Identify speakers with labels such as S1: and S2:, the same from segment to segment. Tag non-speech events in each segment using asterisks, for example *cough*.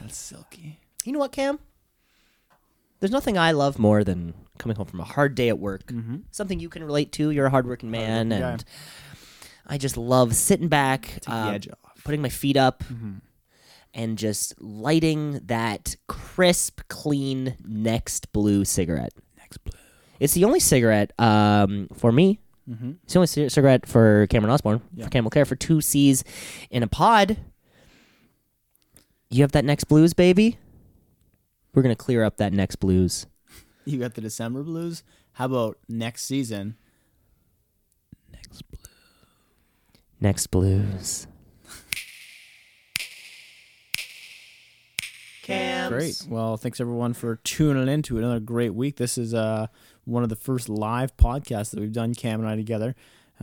S1: That's silky.
S2: You know what, Cam? There's nothing I love more than coming home from a hard day at work.
S1: Mm-hmm.
S2: Something you can relate to. You're a hardworking man,
S1: Hardworking
S2: and I just love sitting back,
S1: Take
S2: uh,
S1: the edge off. Mm-hmm.
S2: putting my feet up, and just lighting that crisp, clean next blue cigarette.
S1: Next blue.
S2: It's the only cigarette um, for me.
S1: Mm-hmm.
S2: It's the only c- cigarette for Cameron Osborne, for Camel Care, for two C's in a pod. You have that next blues, baby? We're going to clear up that next blues.
S1: You got the December blues. How about next season? Next blue.
S2: Next blues. Cam.
S1: Great. Well, thanks everyone for tuning in to another great week. This is uh, one of the first live podcasts that we've done, Cam and I together.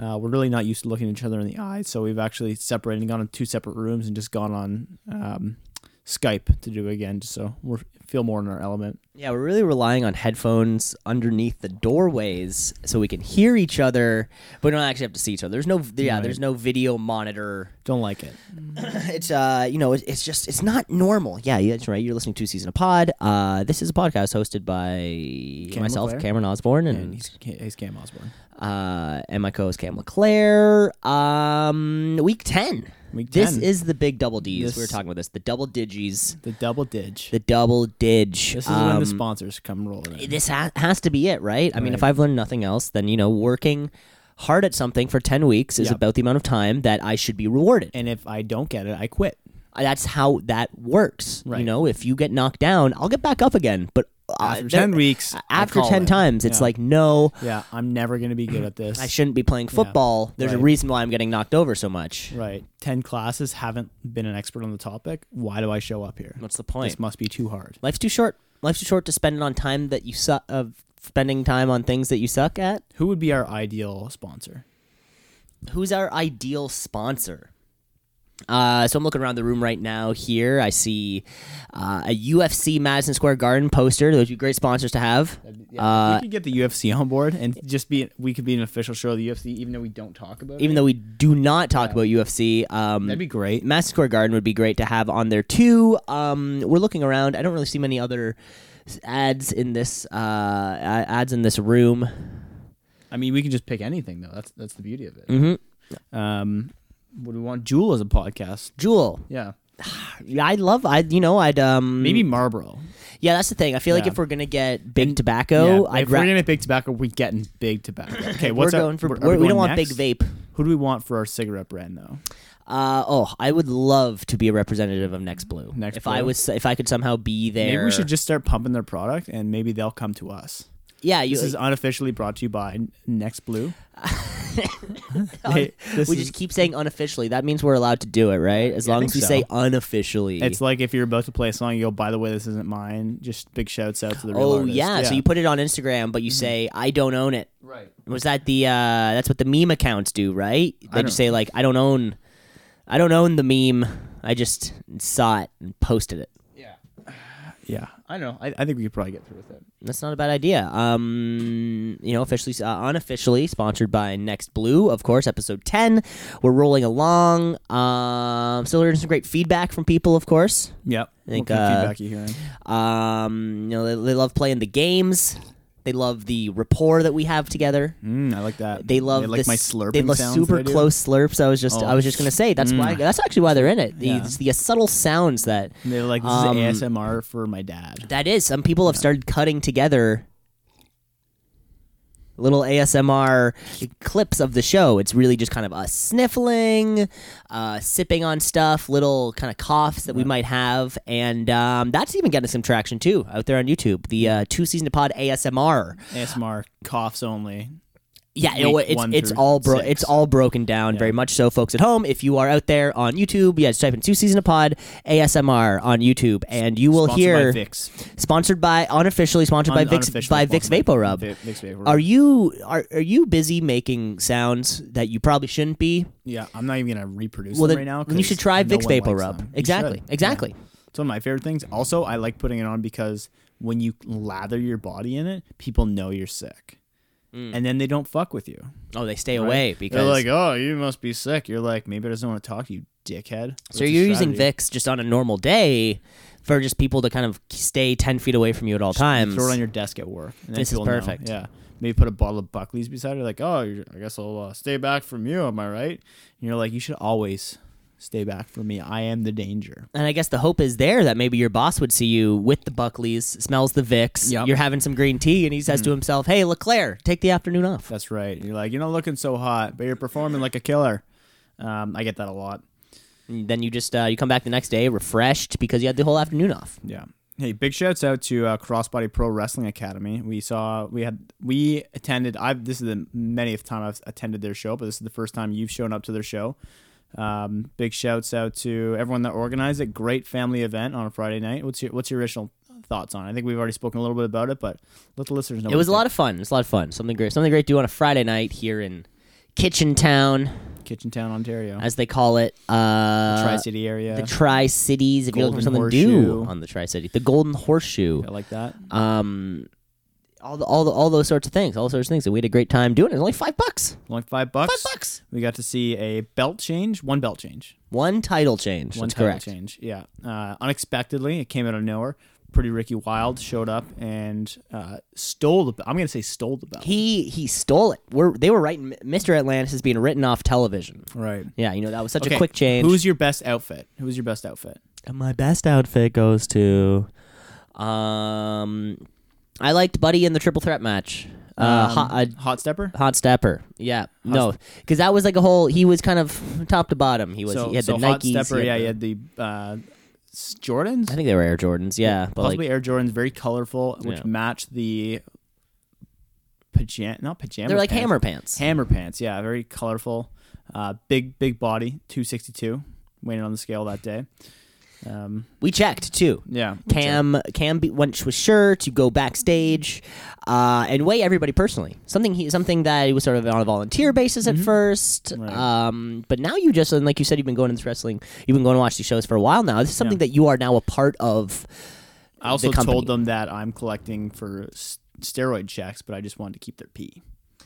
S1: Uh, we're really not used to looking each other in the eye, so we've actually separated and gone in two separate rooms and just gone on um, Skype to do it again, just so we feel more in our element.
S2: Yeah, we're really relying on headphones underneath the doorways so we can hear each other, but we don't actually have to see each other. There's no, yeah,
S1: Right.
S2: there's no video monitor
S1: Don't like it.
S2: *clears throat* it's uh you know it, it's just it's not normal yeah yeah, that's right you're listening to season a pod uh this is a podcast hosted by
S1: Cam
S2: myself
S1: LeClaire.
S2: cameron osborne
S1: And
S2: and,
S1: he's, he's Cam Osborne.
S2: uh and my co-host cam LeClaire. um week 10
S1: Week
S2: this
S1: 10.
S2: is the big double d's
S1: This-
S2: we were talking about this the double digis
S1: The double dig.
S2: the Um, double dig
S1: This is when the sponsors come rolling in.
S2: this ha- has to be it, right? I mean, if
S1: Right.
S2: I've learned nothing else, then you know, working hard at something for ten weeks is
S1: Yep.
S2: about the amount of time that I should be rewarded.
S1: and if I don't get it, I quit.
S2: Uh, that's how that works.
S1: Right.
S2: You know, if you get knocked down, I'll get back up again. But uh,
S1: After
S2: there-
S1: 10 weeks, I
S2: after
S1: call
S2: ten
S1: it.
S2: times, it's
S1: Yeah.
S2: like no,
S1: Yeah, I'm never going to be
S2: *clears throat*
S1: good at this.
S2: I shouldn't be playing football. There's a
S1: Right.
S2: reason why I'm getting knocked over so much.
S1: Right. 10 classes, haven't been an expert on the topic. Why do I show up here?
S2: What's the
S1: This
S2: point?
S1: must be too hard.
S2: Life's too short. Life's too short to spend it on time that you suck of spending time on things that you suck at.
S1: Who would be our ideal sponsor?
S2: Who's our ideal sponsor? Uh, so I'm looking around the room right now. Here I see uh, a UFC Madison Square Garden poster. Those would be great sponsors to have. Uh,
S1: we could get the UFC on board and just be we could be an official show of the UFC even though we don't talk about it.
S2: even though we do not talk about UFC. Um,
S1: That'd be great.
S2: Madison Square Garden would be great to have on there too. Um, we're looking around. I don't really see many other s- ads in this uh, a- ads in this room.
S1: I mean, we can just pick anything though. That's that's the beauty of it.
S2: Mhm.
S1: Um would we want Jewel as a podcast?
S2: Jewel,
S1: Yeah.
S2: I love. I you know I'd um
S1: Maybe Marlboro.
S2: yeah. That's the thing. I feel like
S1: Yeah.
S2: if we're gonna get big tobacco,
S1: yeah.
S2: I'd
S1: If we're
S2: ra-
S1: gonna big tobacco, we getting big
S2: *laughs*
S1: tobacco. Okay,
S2: we're
S1: what's our-
S2: going for
S1: what- are
S2: we're, we do
S1: going
S2: not want big
S1: next?
S2: vape.
S1: Who do we want for our cigarette brand though?
S2: Uh, oh, I would love to be a representative of Next Blue.
S1: Next
S2: if I
S1: Blue.
S2: was if I could somehow be there.
S1: Maybe we should just start pumping their product and maybe they'll come to us.
S2: yeah. You,
S1: This is unofficially brought to you by Next
S2: *laughs*
S1: Blue. Hey, this
S2: we
S1: is-
S2: just keep saying unofficially. That means we're allowed to do it, right? As
S1: Yeah, I
S2: long
S1: think
S2: as we
S1: so.
S2: say unofficially.
S1: it's like if you're about to play a song, you go, by the way, this isn't mine. Just big shouts out to the real
S2: oh
S1: artist.
S2: yeah. so you put it on Instagram, but you
S1: Mm-hmm.
S2: say I don't own it.
S1: right.
S2: Was that the? uh That's what the meme accounts do, right? They
S1: don't-
S2: just say like I don't own, I don't own the meme. I just saw it and posted it.
S1: Yeah. I know. I, I think we could probably get through with it.
S2: That's not a bad idea. Um, you know, officially, uh, unofficially sponsored by Next Blue, of course. Episode ten, we're rolling along. Um, still learning some great feedback from people, of course.
S1: Yep. I
S2: think,
S1: what kind
S2: uh,
S1: of feedback you hearing?
S2: Um, you know, they, they love playing the games. They love the rapport that we have together.
S1: Mm, I like that.
S2: They love
S1: like
S2: this,
S1: my slurping
S2: They love
S1: sounds
S2: super
S1: that I do.
S2: close slurps. I was just,
S1: Oh. mm.
S2: I was just gonna say that's why. That's actually why they're in it. The,
S1: Yeah.
S2: the subtle sounds that
S1: And They're like this
S2: Um,
S1: is ASMR for my dad.
S2: that is. Some people have started cutting together little ASMR clips of the show. It's really just kind of us sniffling, uh, sipping on stuff, little kind of coughs that we might have, and um, that's even getting some traction too out there on YouTube. The uh, two season to pod ASMR.
S1: ASMR coughs only.
S2: Yeah, it,
S1: Week
S2: it's
S1: one
S2: it's
S1: through
S2: all bro-
S1: six.
S2: it's all broken down very much so, folks at home. If you are out there on YouTube, yeah, just type in two season to pod ASMR on YouTube, and you will
S1: Sponsored
S2: hear
S1: by Vicks.
S2: sponsored by unofficially sponsored by Vicks
S1: Unofficially
S2: by Vicks
S1: sponsored by
S2: Vapor Rub.
S1: Vi- Vicks Vapor
S2: Are you are are you busy making sounds that you probably shouldn't be?
S1: Yeah, I'm not even gonna reproduce
S2: Well,
S1: them
S2: then
S1: right now.
S2: then you
S1: 'cause
S2: should try
S1: no
S2: Vicks
S1: one
S2: Vapor
S1: likes
S2: Rub.
S1: them. You
S2: Exactly,
S1: should, yeah.
S2: exactly.
S1: It's one of my favorite things. Also, I like putting it on because when you lather your body in it, people know you're sick, and then they don't fuck with you.
S2: Oh, they stay
S1: right?
S2: away because
S1: they're like, "Oh, you must be sick." You're like, "Maybe I just don't want to talk to you, dickhead."
S2: so you're using Vicks just on a normal day. for just people to kind of stay ten feet away from you at all times.
S1: Throw it on your desk at work. And then
S2: This is
S1: people know.
S2: perfect.
S1: Yeah. Maybe put a bottle of Buckley's beside her. Like, oh, you're- I guess I'll uh, stay back from you. Am I right? And you're like, you should always stay back from me. I am the danger.
S2: and I guess the hope is there that maybe your boss would see you with the Buckleys, smells the Vicks,
S1: Yep.
S2: you're having some green tea, and he says to
S1: Mm.
S2: himself, "Hey, Leclaire, take the afternoon off."
S1: That's right. And you're like, you're not looking so hot, but you're performing like a killer. Um, I get that a lot.
S2: And then you just uh, you come back the next day refreshed because you had the whole afternoon off.
S1: Yeah. Hey, big shouts out to uh, Crossbody Pro Wrestling Academy. We saw we had we attended. I've this is the manyth time I've attended their show, but this is the first time you've shown up to their show. Um, big shouts out to everyone that organized it. Great family event on a Friday night. What's your what's your original thoughts on? it? I think we've already spoken a little bit about it, but let the listeners know.
S2: It was a lot of fun. It was a lot of fun. Something great. Something great to do on a Friday night here in Kitchen Town,
S1: of Kitchen Town, Ontario,
S2: as they call it. Uh,
S1: Tri City area.
S2: the Tri Cities. If you're looking for something
S1: Golden
S2: to do
S1: Horseshoe.
S2: on the Tri City, the Golden Horseshoe.
S1: I like that.
S2: Um, all the, all the, all those sorts of things. All sorts of things. And we had a great time doing it. It was only five bucks.
S1: Only five bucks.
S2: Five bucks.
S1: We got to see a belt change, one belt change.
S2: One title change.
S1: one
S2: That's
S1: title
S2: correct.
S1: change. Yeah, uh, unexpectedly, it came out of nowhere. Pretty Ricky Wild showed up and uh, stole the. I'm gonna say stole the belt.
S2: He he stole it. We're, they were writing Mr. Atlantis is being written off television.
S1: Right.
S2: Yeah, you know that was such
S1: Okay.
S2: a quick change.
S1: Who's your best outfit? Who's your best outfit?
S2: And my best outfit goes to um I liked Buddy in the triple threat match. Uh, hot, uh,
S1: Um, Hot stepper.
S2: hot stepper. Yeah. no. Cuz that was like a whole he was kind of top to bottom. He was
S1: so
S2: he had
S1: so
S2: the
S1: hot
S2: Nikes.
S1: stepper.
S2: he
S1: yeah,
S2: had
S1: you
S2: the-
S1: had the uh, s- Jordans.
S2: I think they were Air Jordans. Yeah, but
S1: Possibly
S2: like
S1: Air Jordans, very colorful, which
S2: Yeah.
S1: matched the pajama. Not pajama.
S2: they're like
S1: pants.
S2: hammer pants.
S1: Hammer pants, yeah, very colorful. Uh, big, big body, 262, weighing on the scale that day. Um,
S2: we checked too.
S1: yeah.
S2: Cam Cam be, went was sure to go backstage uh, and weigh everybody personally. Something he something that he was sort of on a volunteer basis at first.
S1: Mm-hmm. Right.
S2: Um, but now you just and like you said, you've been going to this wrestling, you've been going to watch these shows for a while now. This is something that you are now a part of.
S1: I also
S2: the company.
S1: told them that I'm collecting for s- steroid checks, but I just wanted to keep their pee.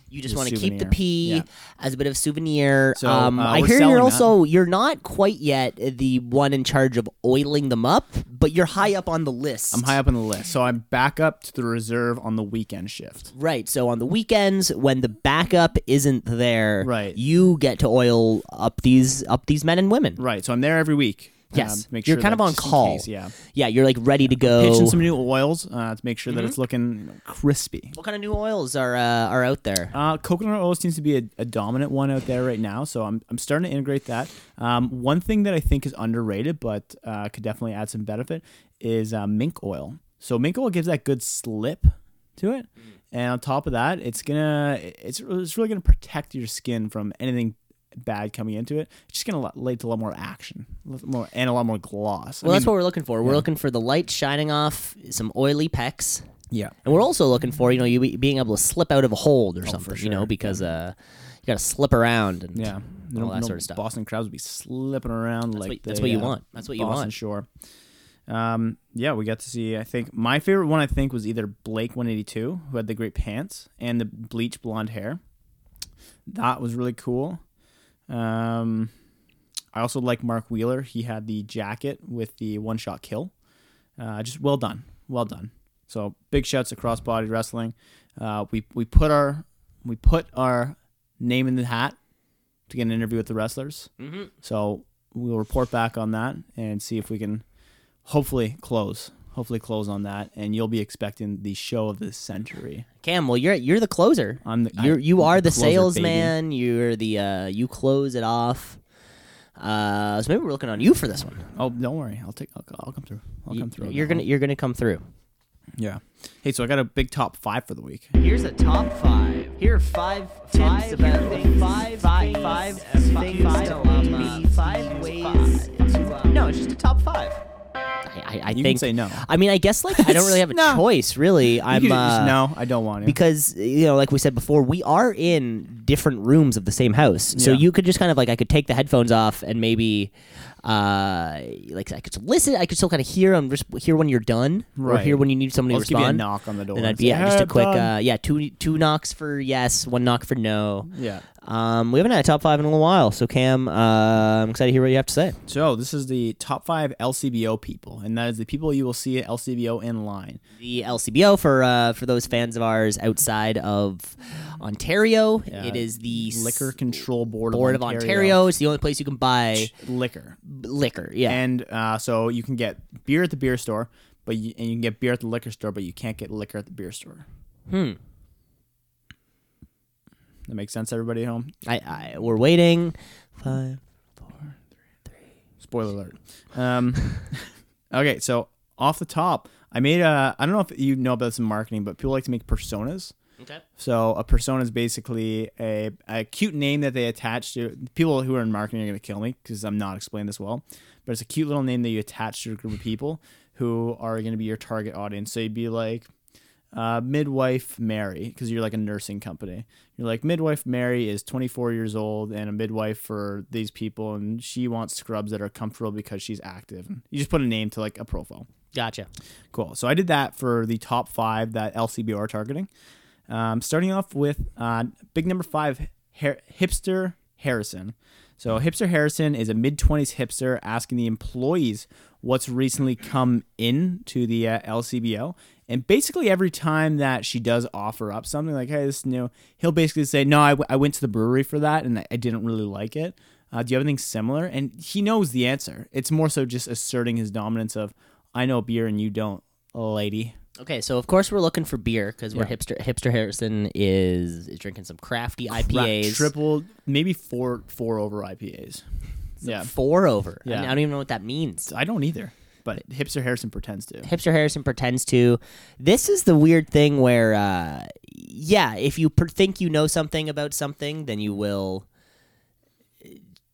S2: You just
S1: The
S2: want to keep the
S1: souvenir.
S2: pee
S1: Yeah.
S2: as a bit of souvenir.
S1: So,
S2: um,
S1: uh,
S2: I
S1: we're
S2: hear
S1: selling
S2: you're
S1: that.
S2: also you're not quite yet the one in charge of oiling them up, but you're high up on the list.
S1: I'm high up on the list, so I'm back up to the reserve on the weekend shift.
S2: Right. So on the weekends, when the backup isn't there,
S1: Right.
S2: you get to oil up these up these men and women.
S1: Right, so I'm there every week.
S2: Yes.
S1: um, make
S2: You're
S1: sure
S2: kind of
S1: that
S2: on
S1: just in
S2: call.
S1: case, yeah,
S2: Yeah, you're like ready to go.
S1: pitching some new oils uh, to make sure that it's looking you know, crispy.
S2: what kind of new oils are uh, are out there?
S1: Uh, coconut oil seems to be a, a dominant one out there right now, so I'm, I'm starting to integrate that. Um, one thing that I think is underrated, but uh, could definitely add some benefit, is uh, mink oil. So mink oil gives that good slip to it,
S2: Mm.
S1: and on top of that, it's gonna it's it's really gonna protect your skin from anything bad coming into it. It's just gonna lo- lead to a lot more action, a lot more and a lot more gloss. I
S2: Well, that's
S1: mean,
S2: what we're looking for. We're looking for the light shining off some oily pecs,
S1: yeah.
S2: and we're also looking for you know you be- being able to slip out of a
S1: Oh,
S2: hold or something. You know because uh, you got to slip around and
S1: Yeah,
S2: all that sort of stuff.
S1: Boston crabs would be slipping around like
S2: what- that's
S1: they,
S2: what you
S1: uh,
S2: want. That's what you
S1: Boston
S2: want.
S1: Shore. Um, yeah, we got to see. I think my favorite one I think was either Blake 182, who had the great pants and the bleach blonde hair. That was really cool. Um, I also like Mark Wheeler. He had the jacket with the one shot kill. Uh, just well done, well done. So big shouts to Crossbody Wrestling. Uh, we we put our we put our name in the hat to get an interview with the wrestlers.
S2: Mhm.
S1: So we'll report back on that and see if we can hopefully close. Hopefully close on that, and you'll be expecting the show of the century.
S2: Cam, well, you're you're the closer.
S1: I'm the
S2: You're, you are the,
S1: closer, baby.
S2: salesman. You're the uh, you close it off. Uh, so maybe we're looking on you for this one.
S1: Oh, don't worry, I'll take. I'll, I'll come through. I'll
S2: You-
S1: come through.
S2: You're gonna you're gonna come through.
S1: Yeah. Hey, so I got a big top five for the week.
S2: Here's a top five. Here are five tips about things. Five five five things. Five, five ways. um, No, it's just a top five. I, I, I
S1: You can
S2: think.
S1: say no.
S2: I mean, I guess like I don't really have a
S1: *laughs* No.
S2: choice. Really, I'm.
S1: You
S2: uh,
S1: just- no, I don't want to.
S2: because you know like we said before we are in different rooms of the same house so
S1: Yeah.
S2: you could just kind of like i could take the headphones off and maybe uh like i could still listen i could still kind of hear and just hear when you're done or
S1: Right.
S2: hear when you need somebody
S1: I'll
S2: to
S1: just give you a
S2: respond
S1: knock on the door.
S2: and that'd
S1: and
S2: be
S1: say,
S2: uh, yeah, just
S1: "Hey,
S2: a quick
S1: I'm done."
S2: uh yeah two two knocks for yes one knock for no
S1: yeah.
S2: Um, we haven't had a top five in a little while, so Cam, uh, I'm excited to hear what you have to say.
S1: So this is the top five LCBO people, and that is the people you will see at LCBO in line.
S2: The LCBO for uh, for those fans of ours outside of Ontario,
S1: Yeah.
S2: it is the s-
S1: Liquor Control Board,
S2: Board of Ontario. It's the only place you can buy
S1: liquor,
S2: liquor. Yeah,
S1: and uh, so you can get beer at the beer store, but you, and you can get beer at the liquor store, but you can't get liquor at the beer store. Hmm. That makes sense. Everybody at home.
S2: I, I we're waiting. Five.
S1: Spoiler alert. Um, *laughs* okay, so off the top, I made a. I don't know if you know about this in marketing, but people like to make personas.
S2: Okay.
S1: So a persona is basically a, a cute name that they attach to people who are in marketing are going to kill me because I'm not explaining this well, but it's a cute little name that you attach to a group of people who are going to be your target audience. So you'd be like uh, midwife Mary because you're like a nursing company. You're like midwife Mary is 24 years old and a midwife for these people, and she wants scrubs that are comfortable because she's active. And you just put a name to like a profile.
S2: Gotcha.
S1: Cool. So I did that for the top five that LCBO are targeting. Um, starting off with uh, big number five, Har- hipster Harrison. So hipster Harrison is a mid twenties hipster asking the employees what's recently come in to the uh, LCBO, and basically every time that she does offer up something like, "Hey, this is new," he'll basically say, "No, I, w- I went to the brewery for that, and I, I didn't really like it." Uh, do you have anything similar? And he knows the answer. It's more so just asserting his dominance of, I know beer and you don't, lady.
S2: Okay, so of course we're looking for beer because we're hipster. Hipster Harrison is, is drinking some crafty IPAs.
S1: Triple, maybe four four over IPAs. yeah,
S2: four over. I, mean,
S1: Yeah.
S2: I don't even know what that means.
S1: I don't either. But hipster Harrison pretends to.
S2: Hipster Harrison pretends to. This is the weird thing where, uh, yeah, if you per- think you know something about something, then you will uh,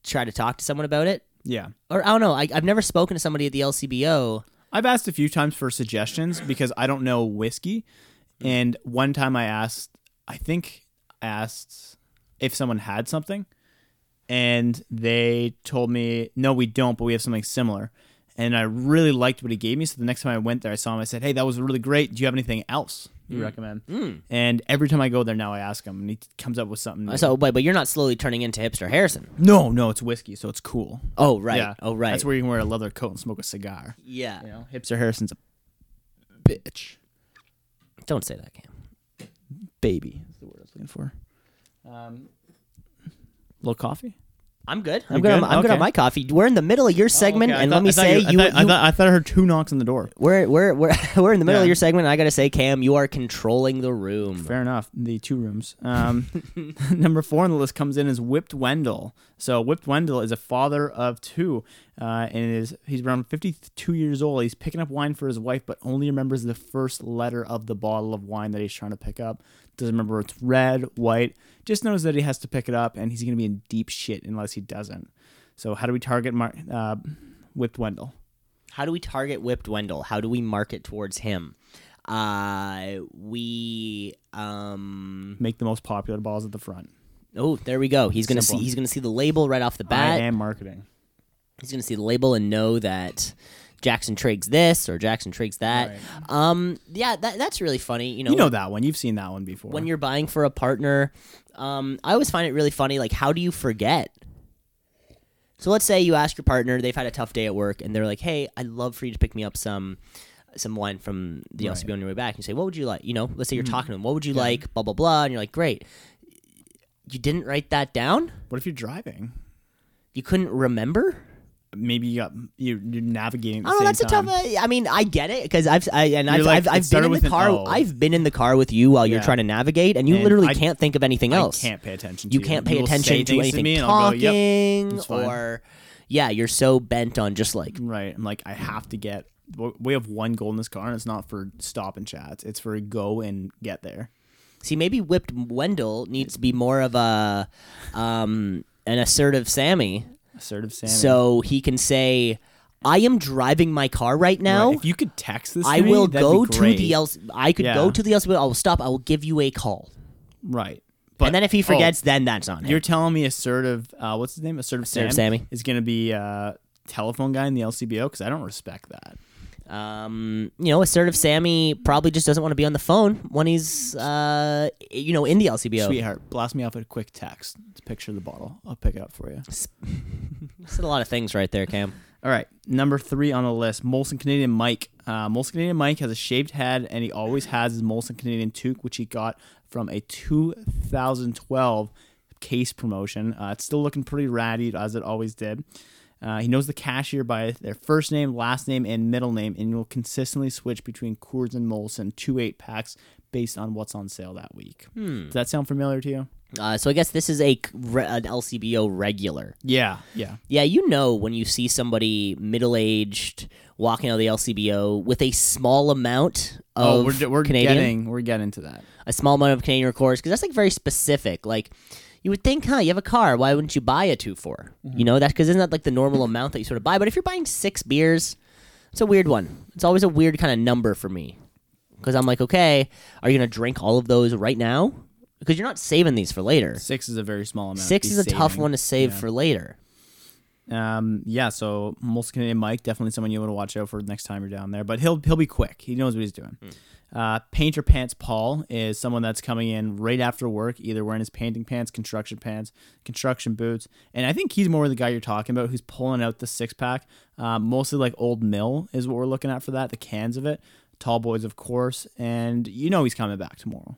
S2: try to talk to someone about it.
S1: Yeah,
S2: Or I don't know. I, I've never spoken to somebody at the LCBO.
S1: I've asked a few times for suggestions because I don't know whiskey. And one time I asked, I think I asked if someone had something, and they told me, "No, we don't, but we have something similar." And I really liked what he gave me. So the next time I went there, I saw him. I said, "Hey, that was really great. Do you have anything else
S2: Mm.
S1: you recommend?" And every time I go there now, I ask him, and he comes up with something. New.
S2: So, but but you're not slowly turning into Hipster Harrison.
S1: no, no, it's whiskey, so it's cool.
S2: Oh right.
S1: Yeah.
S2: Oh right.
S1: That's where you can wear a leather coat and smoke a cigar.
S2: yeah.
S1: You know, hipster Harrison's a bitch.
S2: Don't say that, Cam.
S1: baby is the word I was looking for. Um, little coffee.
S2: I'm good.
S1: You're
S2: I'm good. on
S1: good?
S2: my- I'm good on
S1: Okay. Oh,
S2: my coffee. We're in the middle of your segment, and let me say you,
S1: I thought, I,
S2: you-
S1: thought, I thought I heard two knocks on the door.
S2: *laughs* we're we're we're we're *laughs* in the middle of
S1: Yeah.
S2: your segment. And I gotta say, Cam, you are controlling the room.
S1: Fair enough. The two rooms. Um, *laughs* number four on the list comes in is Whipped Wendell. So Whipped Wendell is a father of two, uh, and is he's around fifty-two years old. He's picking up wine for his wife, but only remembers the first letter of the bottle of wine that he's trying to pick up. Doesn't remember it's red, white. Just knows that he has to pick it up, and he's gonna be in deep shit unless he doesn't. So how do we target Mar- uh, Whipped Wendell?
S2: How do we target Whipped Wendell? How do we market towards him? Uh, we um.
S1: Make the most popular balls at the front.
S2: Oh, there we go. He's gonna
S1: Simple.
S2: see. He's gonna see the label right off the
S1: I
S2: bat.
S1: am marketing.
S2: he's gonna see the label and know that Jackson Triggs this or Jackson Triggs that. Um, yeah, that, that's really funny. You know,
S1: You know that one. You've seen that one before.
S2: when you're buying for a partner, um, I always find it really funny. Like, how do you forget? So let's say you ask your partner, they've had a tough day at work, and they're like, "Hey, I'd love for you to pick me up some." Some wine from the LCBO on your way back, and you say, "What would you like?" You know, let's
S1: Mm-hmm.
S2: say you're talking to them. What would you like? Blah blah blah, and you're like, "Great." You didn't write that down.
S1: what if you're driving?
S2: You couldn't remember.
S1: maybe you got you, you're navigating. At the
S2: Oh,
S1: same
S2: that's
S1: time.
S2: a tough. uh, I mean, I get it because I've I, and I've,
S1: like,
S2: I've,
S1: it
S2: I've been
S1: started
S2: in
S1: with
S2: the
S1: an
S2: car.
S1: O.
S2: I've been in the car with you while you're
S1: Yeah.
S2: trying to navigate, and you
S1: And
S2: literally
S1: I-
S2: can't think of anything else.
S1: I can't pay attention. to
S2: you can't pay
S1: will say
S2: attention to
S1: things
S2: anything
S1: me, and I'll go,
S2: talking
S1: "Yep." it's fine."
S2: or yeah, you're so bent on just like
S1: Right. I'm like, I have to get. We have one goal in this car, and it's not for stop and chats. It's for go and get there.
S2: see maybe whipped Wendell needs to be more of a um an assertive Sammy
S1: Assertive Sammy.
S2: so he can say I am driving my car right now.
S1: Right, if you could text this,
S2: I
S1: to me,
S2: will
S1: that'd be
S2: go to
S1: great.
S2: the else. I could go
S1: Yeah.
S2: to the else. I will stop. I will give you a call.
S1: Right. But
S2: and then if he
S1: oh,
S2: forgets, then that's on him.
S1: you're telling me assertive. Uh, what's his name? Assertive,
S2: Assertive
S1: Sam
S2: Sammy.
S1: is going to be uh, telephone guy in the LCBO because I don't respect that.
S2: Um, you know, assertive Sammy probably just doesn't want to be on the phone when he's, uh, you know, in the LCBO.
S1: Sweetheart, blast me off a quick text. Picture the bottle. I'll pick it up for you.
S2: Said a lot of things right there, Cam.
S1: All right, number three on the list, Molson Canadian Mike. Uh, Molson Canadian Mike has a shaved head, and he always has his Molson Canadian toque, which he got from a 2012 case promotion. Uh, it's still looking pretty ratty, as it always did. Uh, he knows the cashier by their first name, last name, and middle name, and will consistently switch between Coors and Molson two eight packs based on what's on sale that week. Does that sound familiar to you?
S2: Uh, so I guess this is a c- re- an LCBO regular.
S1: Yeah, yeah.
S2: Yeah, you know when you see somebody middle aged walking out of the LCBO with a small amount
S1: oh,
S2: of
S1: we're, we're
S2: Canadian,
S1: getting we're getting to that.
S2: a small amount of Canadian recourse because that's like very specific. Like you would think, huh? You have a car. Why wouldn't you buy a two four?
S1: Mhm.
S2: You know that's because isn't that like the normal amount that you sort of buy? But if you're buying six beers, it's a weird one. It's always a weird kind of number for me because I'm like, okay, are you gonna drink all of those right now? Because you're not saving these for later.
S1: Six is a very small amount. to
S2: Six
S1: be
S2: is a tough
S1: saving.
S2: one to save for later.
S1: Um, yeah, so Molson Canadian Mike definitely someone you want to watch out for next time you're down there. But he'll he'll be quick. He knows what he's doing.
S2: Hmm.
S1: Uh, Painter Pants Paul is someone that's coming in right after work, either wearing his painting pants, construction pants, construction boots, and I think he's more the guy you're talking about who's pulling out the six pack. Uh, mostly like Old Mill is what we're looking at for that. The cans of it, Tall Boys, of course, and you know he's coming back tomorrow.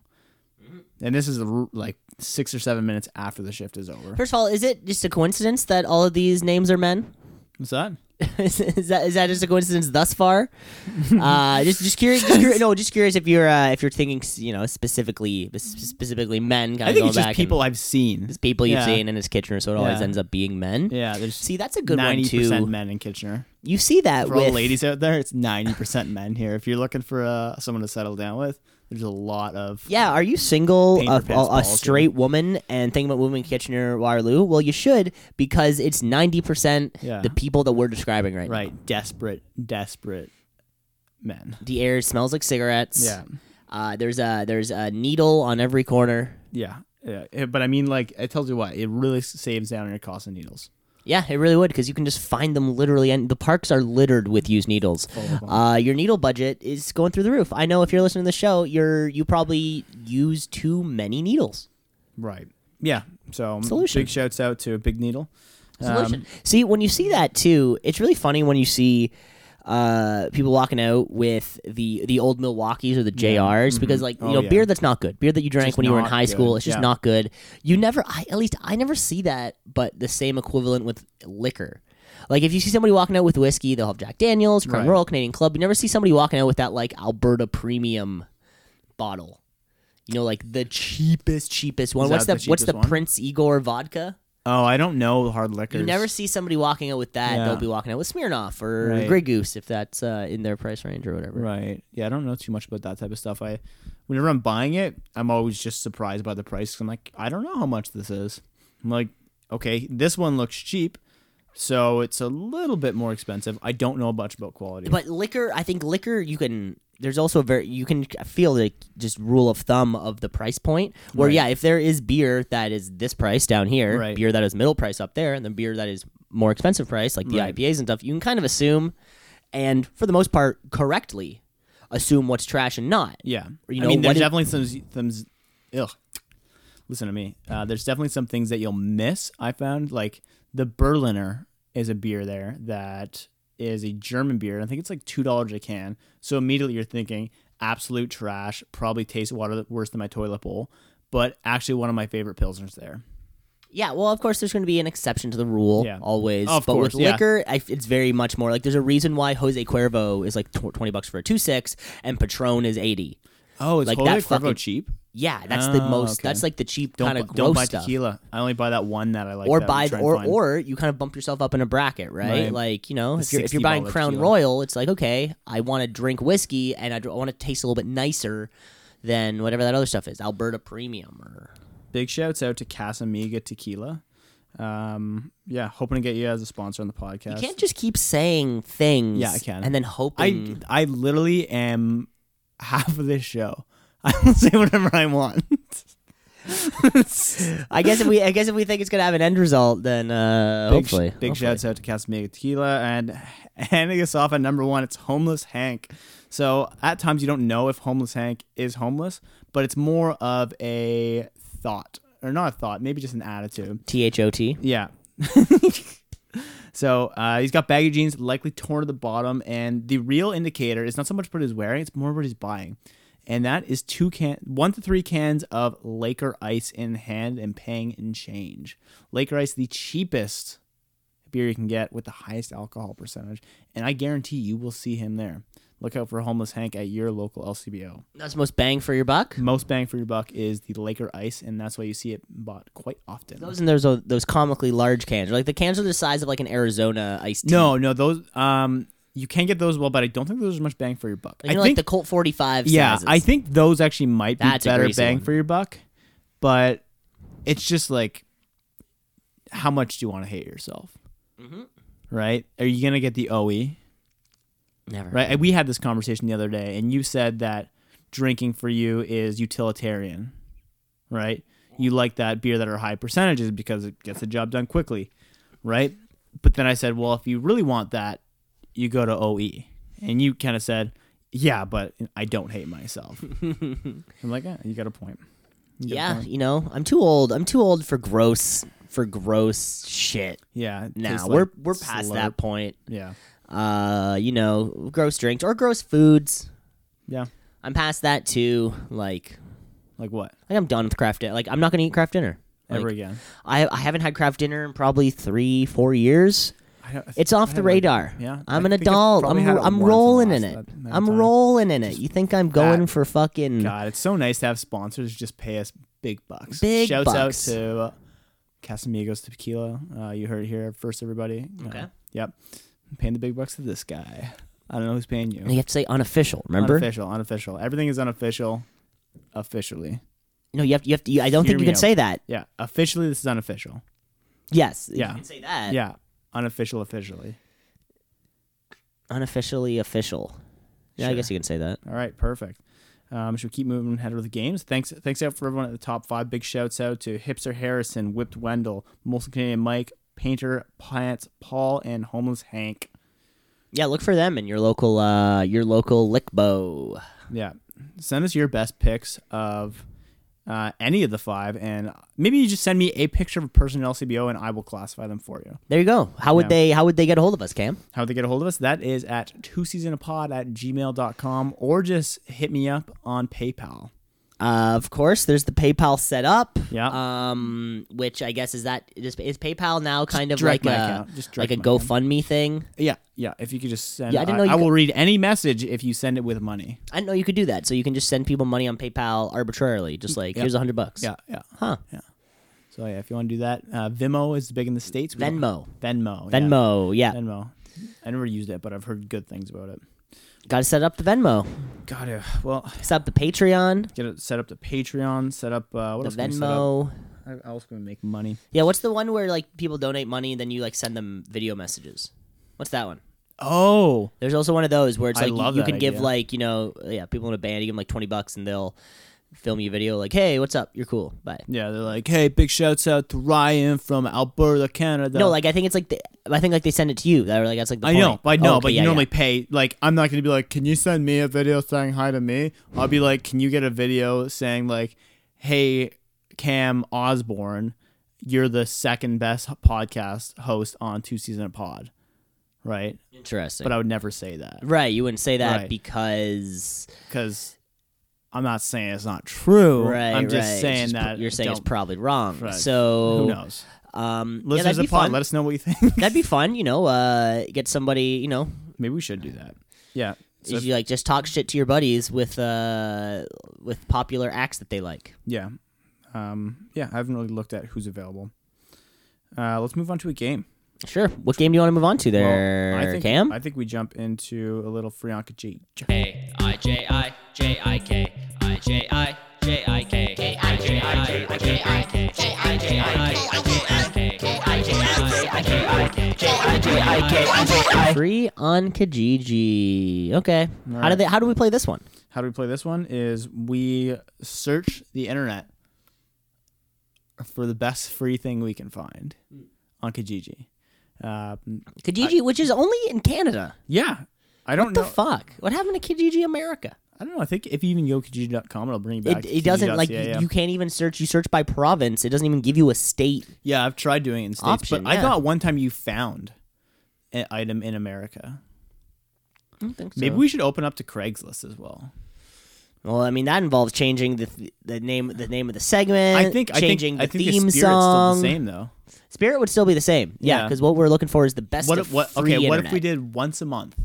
S2: Mm-hmm.
S1: And this is r- like six or seven minutes after the shift is over.
S2: First of all, is it just a coincidence that all of these names are men? *laughs*
S1: What's that?
S2: is, is that is that just a coincidence
S1: *laughs*
S2: thus far? uh, just just curious. Just curi- no, just curious if you're uh, if you're thinking you know specifically specifically men. Kind
S1: I
S2: of
S1: think
S2: going
S1: it's just
S2: back
S1: people
S2: And,
S1: I've seen.
S2: it's people you've
S1: Yeah.
S2: seen in his kitchen, so it always
S1: Yeah.
S2: ends up being men.
S1: Yeah, there's
S2: See, that's a good one
S1: ninety percent
S2: too.
S1: men in Kitchener.
S2: You see that
S1: For all
S2: with
S1: the ladies out there, it's ninety percent men here. If you're looking for uh, someone to settle down with, there's a lot of
S2: Yeah, are you single,
S1: Paint
S2: a,
S1: your pants
S2: a, a
S1: balls, yeah.
S2: straight woman, and thinking about moving to Kitchener, Waterloo? Well, you should because it's ninety percent
S1: Yeah.
S2: the people that we're describing right, now.
S1: right desperate, desperate men.
S2: The air smells like cigarettes.
S1: Yeah,
S2: Uh, there's a there's a needle on every corner.
S1: yeah, yeah. Eh, But I mean, like, it tells you what it really s- saves down on your cost of needles.
S2: Yeah, it really would because you can just find them literally, and the parks are littered with used needles.
S1: of them.
S2: Uh, your needle budget is going through the roof. I know if you're listening to the show, you're you probably use too many needles.
S1: Right. Yeah. So um,
S2: Solution.
S1: big shouts out to Big Needle. Um,
S2: Solution. Um, see, when you see that too, it's really funny when you see uh, people walking out with the the old Milwaukee's or the JRs because like you
S1: Oh,
S2: know
S1: yeah.
S2: beer that's not good, beer that you drank
S1: Just
S2: when you were in
S1: not
S2: high school,
S1: good.
S2: it's just
S1: Yeah.
S2: not good. You never, I, at least I never see that, but the same equivalent with liquor. Like if you see somebody walking out with whiskey, they'll have Jack Daniels, Crown
S1: Right.
S2: Royal, Canadian Club. You never see somebody walking out with that like Alberta Premium bottle. You know, like the cheapest, cheapest one.
S1: Is
S2: What's
S1: that
S2: the,
S1: the
S2: what's the
S1: cheapest one?
S2: Prince Igor vodka?
S1: Oh, I don't know hard liquors.
S2: You never see somebody walking out with that.
S1: Yeah.
S2: They'll be walking out with Smirnoff or
S1: Right.
S2: Grey Goose if that's uh, in their price range or whatever.
S1: Right. Yeah, I don't know too much about that type of stuff. I whenever I'm buying it, I'm always just surprised by the price. I'm like, I don't know how much this is. I'm like, okay, this one looks cheap, so it's a little bit more expensive. I don't know much about quality.
S2: But liquor, I think liquor you can. There's also a very you can feel like just rule of thumb of the price point. Where
S1: Right.
S2: yeah, if there is beer that is this price down here,
S1: Right.
S2: beer that is middle price up there, and then beer that is more expensive price like the
S1: Right.
S2: IPAs and stuff, you can kind of assume, and for the most part, correctly assume what's trash and not.
S1: yeah,
S2: you
S1: I
S2: know,
S1: mean,
S2: what
S1: there's
S2: is-
S1: definitely some some. Ugh. Listen to me. Uh, there's definitely some things that you'll miss. I found like the Berliner is a beer there that is a German beer. I think it's like two dollars a can. So immediately you're thinking absolute trash. Probably tastes water worse than my toilet bowl. But actually, one of my favorite pilsners there.
S2: Yeah, well, of course, there's going to be an exception to the rule
S1: Yeah.
S2: always.
S1: Of
S2: but
S1: course,
S2: with
S1: yeah.
S2: liquor, I, it's very much more like there's a reason why Jose Cuervo is like tw- 20 bucks for a 2 6 and Patron is 80.
S1: Oh, it's
S2: Like
S1: like
S2: that
S1: totally
S2: fucking-
S1: cheap.
S2: Yeah, that's the
S1: Oh,
S2: most,
S1: okay.
S2: that's like the cheap
S1: Don't
S2: kind of
S1: bu-
S2: gross
S1: don't buy
S2: stuff.
S1: tequila. I only buy that one that I like.
S2: Or
S1: that I'm
S2: buy,
S1: trying to
S2: or
S1: find.
S2: or you kind of bump yourself up in a bracket, right?
S1: Right.
S2: Like you know,
S1: The
S2: if you're if you're buying
S1: $60
S2: Crown
S1: tequila.
S2: Royal, it's like okay, I want to drink whiskey and I, want to taste a little bit nicer than whatever that other stuff is, Alberta Premium or
S1: Big shouts out to Casamiga Tequila. Um, yeah, hoping to get you as a sponsor on the podcast.
S2: you can't just keep saying things,
S1: Yeah, I can.
S2: and then hoping.
S1: I I *laughs* literally am half of this show. I will say whatever I want.
S2: I guess if we, I guess if we think it's gonna have an end result, then uh,
S1: Big,
S2: hopefully,
S1: big
S2: hopefully.
S1: shouts out to Casamigos Tequila and handing us off at number one. It's Homeless Hank. So at times you don't know if Homeless Hank is homeless, but it's more of a thought or not a thought, maybe just an attitude.
S2: T H O T.
S1: Yeah. *laughs* so uh, he's got baggy jeans, likely torn to the bottom, and the real indicator is not so much what he's wearing; it's more what he's buying, and that is two can, one to three cans of Laker Ice in hand and paying in change. Laker Ice, the cheapest beer you can get with the highest alcohol percentage, and I guarantee you will see him there. Look out for homeless Hank at your local LCBO.
S2: That's the most bang for your buck.
S1: Most bang for your buck is the Laker Ice, and that's why you see it bought quite often.
S2: Those and there's those, those comically large cans. Like the cans are the size of like an Arizona iced tea.
S1: No, no, those um you can get those well, but I don't think those are much bang for your buck.
S2: like, you
S1: I
S2: know,
S1: think
S2: like the Colt 45.
S1: yeah,
S2: sizes.
S1: I think those actually might be
S2: That's a
S1: better
S2: greasy
S1: bang
S2: one.
S1: for your buck, but it's just like how much do you want to hate yourself?
S2: Mm-hmm.
S1: Right? Are you gonna get the E? OE?
S2: never.
S1: Right? And we had this conversation the other day, and you said that drinking for you is utilitarian, right? You like that beer that are high percentages because it gets the job done quickly, right? But then I said, well, if you really want that, you go to OE. And you kind of said, yeah, but I don't hate myself. I'm like, yeah, you got a point. You got a
S2: Yeah,
S1: point.
S2: you know, I'm too old. I'm too old for gross for gross shit.
S1: Yeah. it
S2: Now
S1: tastes
S2: we're
S1: like
S2: we're past
S1: slurp.
S2: that point.
S1: Yeah.
S2: Uh, you know, gross drinks or gross foods.
S1: Yeah.
S2: I'm past that too. Like,
S1: Like what?
S2: like I'm done with craft. Di- like, I'm not gonna eat craft dinner. Like,
S1: Ever again.
S2: I I haven't had craft dinner in probably three four years.
S1: I don't, I
S2: It's
S1: I
S2: off the
S1: had, like,
S2: radar.
S1: yeah,
S2: I'm
S1: I
S2: an
S1: think I've
S2: adult.
S1: probably
S2: I'm
S1: had it once
S2: I'm
S1: in the
S2: rolling in
S1: last
S2: it.
S1: that amount of
S2: I'm
S1: time.
S2: rolling in it. You think I'm going
S1: fat.
S2: for fucking?
S1: God, it's so nice to have sponsors just pay us big bucks.
S2: Big
S1: Shouts
S2: bucks.
S1: out to uh, Casamigos Tequila. Uh, you heard it here first, everybody. Uh,
S2: Okay.
S1: Yep. paying the big bucks to this guy. I don't know who's paying
S2: And you
S1: you.
S2: have to say unofficial. Remember?
S1: Unofficial, unofficial. Everything is unofficial. Officially.
S2: No, you have to. You have to. You, I don't
S1: Hear
S2: think
S1: me
S2: you can
S1: out.
S2: say that.
S1: Yeah. Officially, this is unofficial.
S2: Yes.
S1: Yeah.
S2: You can say that.
S1: Yeah. Unofficial, officially.
S2: Unofficially official. Yeah, I
S1: Sure.
S2: guess you can say that.
S1: All right, perfect. Um, should we keep moving ahead with the games? Thanks, thanks out for everyone at the top five. Big shouts out to Hipster Harrison, Whipped Wendell, Molson Canadian Mike, Painter Plants Paul, and Homeless Hank.
S2: Yeah, look for them in your local uh your local Lickbo.
S1: Yeah, send us your best picks of uh, any of the five, and maybe you just send me a picture of a person in LCBO, and I will classify them for you.
S2: There you go. How would
S1: Yeah.
S2: they how would they get a hold of us, Cam?
S1: How they get a hold of us? That is at two seasonapod at gmail.com, or just hit me up on PayPal.
S2: Uh, of course, there's the PayPal set up.
S1: Yeah.
S2: Um which I guess is that is, is PayPal now kind of
S1: direct
S2: like
S1: my
S2: a
S1: account. Just direct
S2: like
S1: my
S2: a
S1: account.
S2: GoFundMe thing?
S1: Yeah, yeah. If you could just send,
S2: Yeah,
S1: I,
S2: I didn't know you
S1: I
S2: could-
S1: will read any message if you send it with money.
S2: I didn't know you could do that. So you can just send people money on PayPal arbitrarily, just like
S1: Yeah.
S2: here's a hundred bucks.
S1: Yeah, yeah.
S2: Huh.
S1: So yeah, if you want to do that, uh, Vimo is big in the states. We don't-
S2: Venmo.
S1: Venmo. yeah.
S2: Venmo, yeah.
S1: Venmo. I never used it, but I've heard good things about it.
S2: Gotta set up the Venmo.
S1: Got to well
S2: Set up the Patreon,
S1: get it set up to Patreon. Set up uh, what
S2: the
S1: else? can we set up?
S2: Venmo.
S1: How how else can we make money?
S2: Yeah, what's the one where like people donate money and then you like send them video messages? What's that one?
S1: Oh,
S2: There's also one of those where it's
S1: I
S2: like you-
S1: love
S2: you,
S1: that
S2: can give
S1: idea.
S2: like you know yeah people in a band you give them like twenty bucks and they'll film you a video like hey what's up you're cool bye.
S1: yeah. They're like, hey, big shouts out to Ryan from Alberta, Canada.
S2: No, like I think it's like the, I think like they send it to you. That like that's like the
S1: I
S2: point.
S1: know, but I know,
S2: Oh, okay,
S1: but you
S2: yeah, yeah.
S1: normally pay. Like, I'm not gonna be like, can you send me a video saying hi to me? I'll be like, can you get a video saying like, hey, Cam Osborne, you're the second best podcast host on Two Season Pod, right?
S2: interesting.
S1: But I would never say that
S2: right, you wouldn't say that
S1: Right.
S2: because
S1: because I'm not saying it's not true.
S2: right.
S1: I'm
S2: right,
S1: just
S2: it's
S1: saying
S2: just pr-
S1: that
S2: you're saying it's
S1: don't-
S2: probably wrong.
S1: Right.
S2: So
S1: Who knows?
S2: Um, yeah,
S1: Listeners
S2: that'd be
S1: of the pod,
S2: fun.
S1: let us know what you think. *laughs*
S2: that'd be fun. You know, uh, get somebody. You know,
S1: Maybe we should do that. Yeah. So
S2: if you like just talk shit to your buddies with uh with popular acts that they like.
S1: Yeah. Um, yeah, I haven't really looked at who's available. Uh, let's move on to a game.
S2: Sure. What game do you want to move on to there,
S1: Well, I think,
S2: Cam?
S1: I think we jump into a little Frianka G.
S3: A I J I J I K I J I J I K K I J I J I K I K K I J I K I J I K K I J I J I K K I J I K
S2: Free on Kijiji. Okay. How do
S1: right.
S2: they? How do we play this one?
S1: How do we play this one? Is we search the internet for the best free thing we can find
S2: Hmm.
S1: on Kijiji. Uh,
S2: Kijiji, which is only in Canada.
S1: yeah, I don't
S2: What
S1: know.
S2: the fuck? What happened to Kijiji America?
S1: I don't know. I think if you even go Kijiji.com, it'll bring you back.
S2: It,
S1: to
S2: it doesn't like
S1: Kijiji.ca, yeah.
S2: you can't even search. You search by province. It doesn't even give you a state.
S1: Yeah, I've tried doing it in states,
S2: Option,
S1: but I
S2: yeah.
S1: thought one time you found an item in America.
S2: I don't think so.
S1: Maybe we should open up to Craigslist as well.
S2: Well, I mean that involves changing the th- the name the name of the segment.
S1: I think I think
S2: changing
S1: I
S2: the
S1: think
S2: theme
S1: the spirit's
S2: song.
S1: still the same though.
S2: Spirit would still be the same. Yeah,
S1: Yeah.
S2: because what we're looking for is the best.
S1: What
S2: of
S1: if, what okay,
S2: free
S1: what if we
S2: internet.
S1: did once a
S2: *laughs*
S1: month?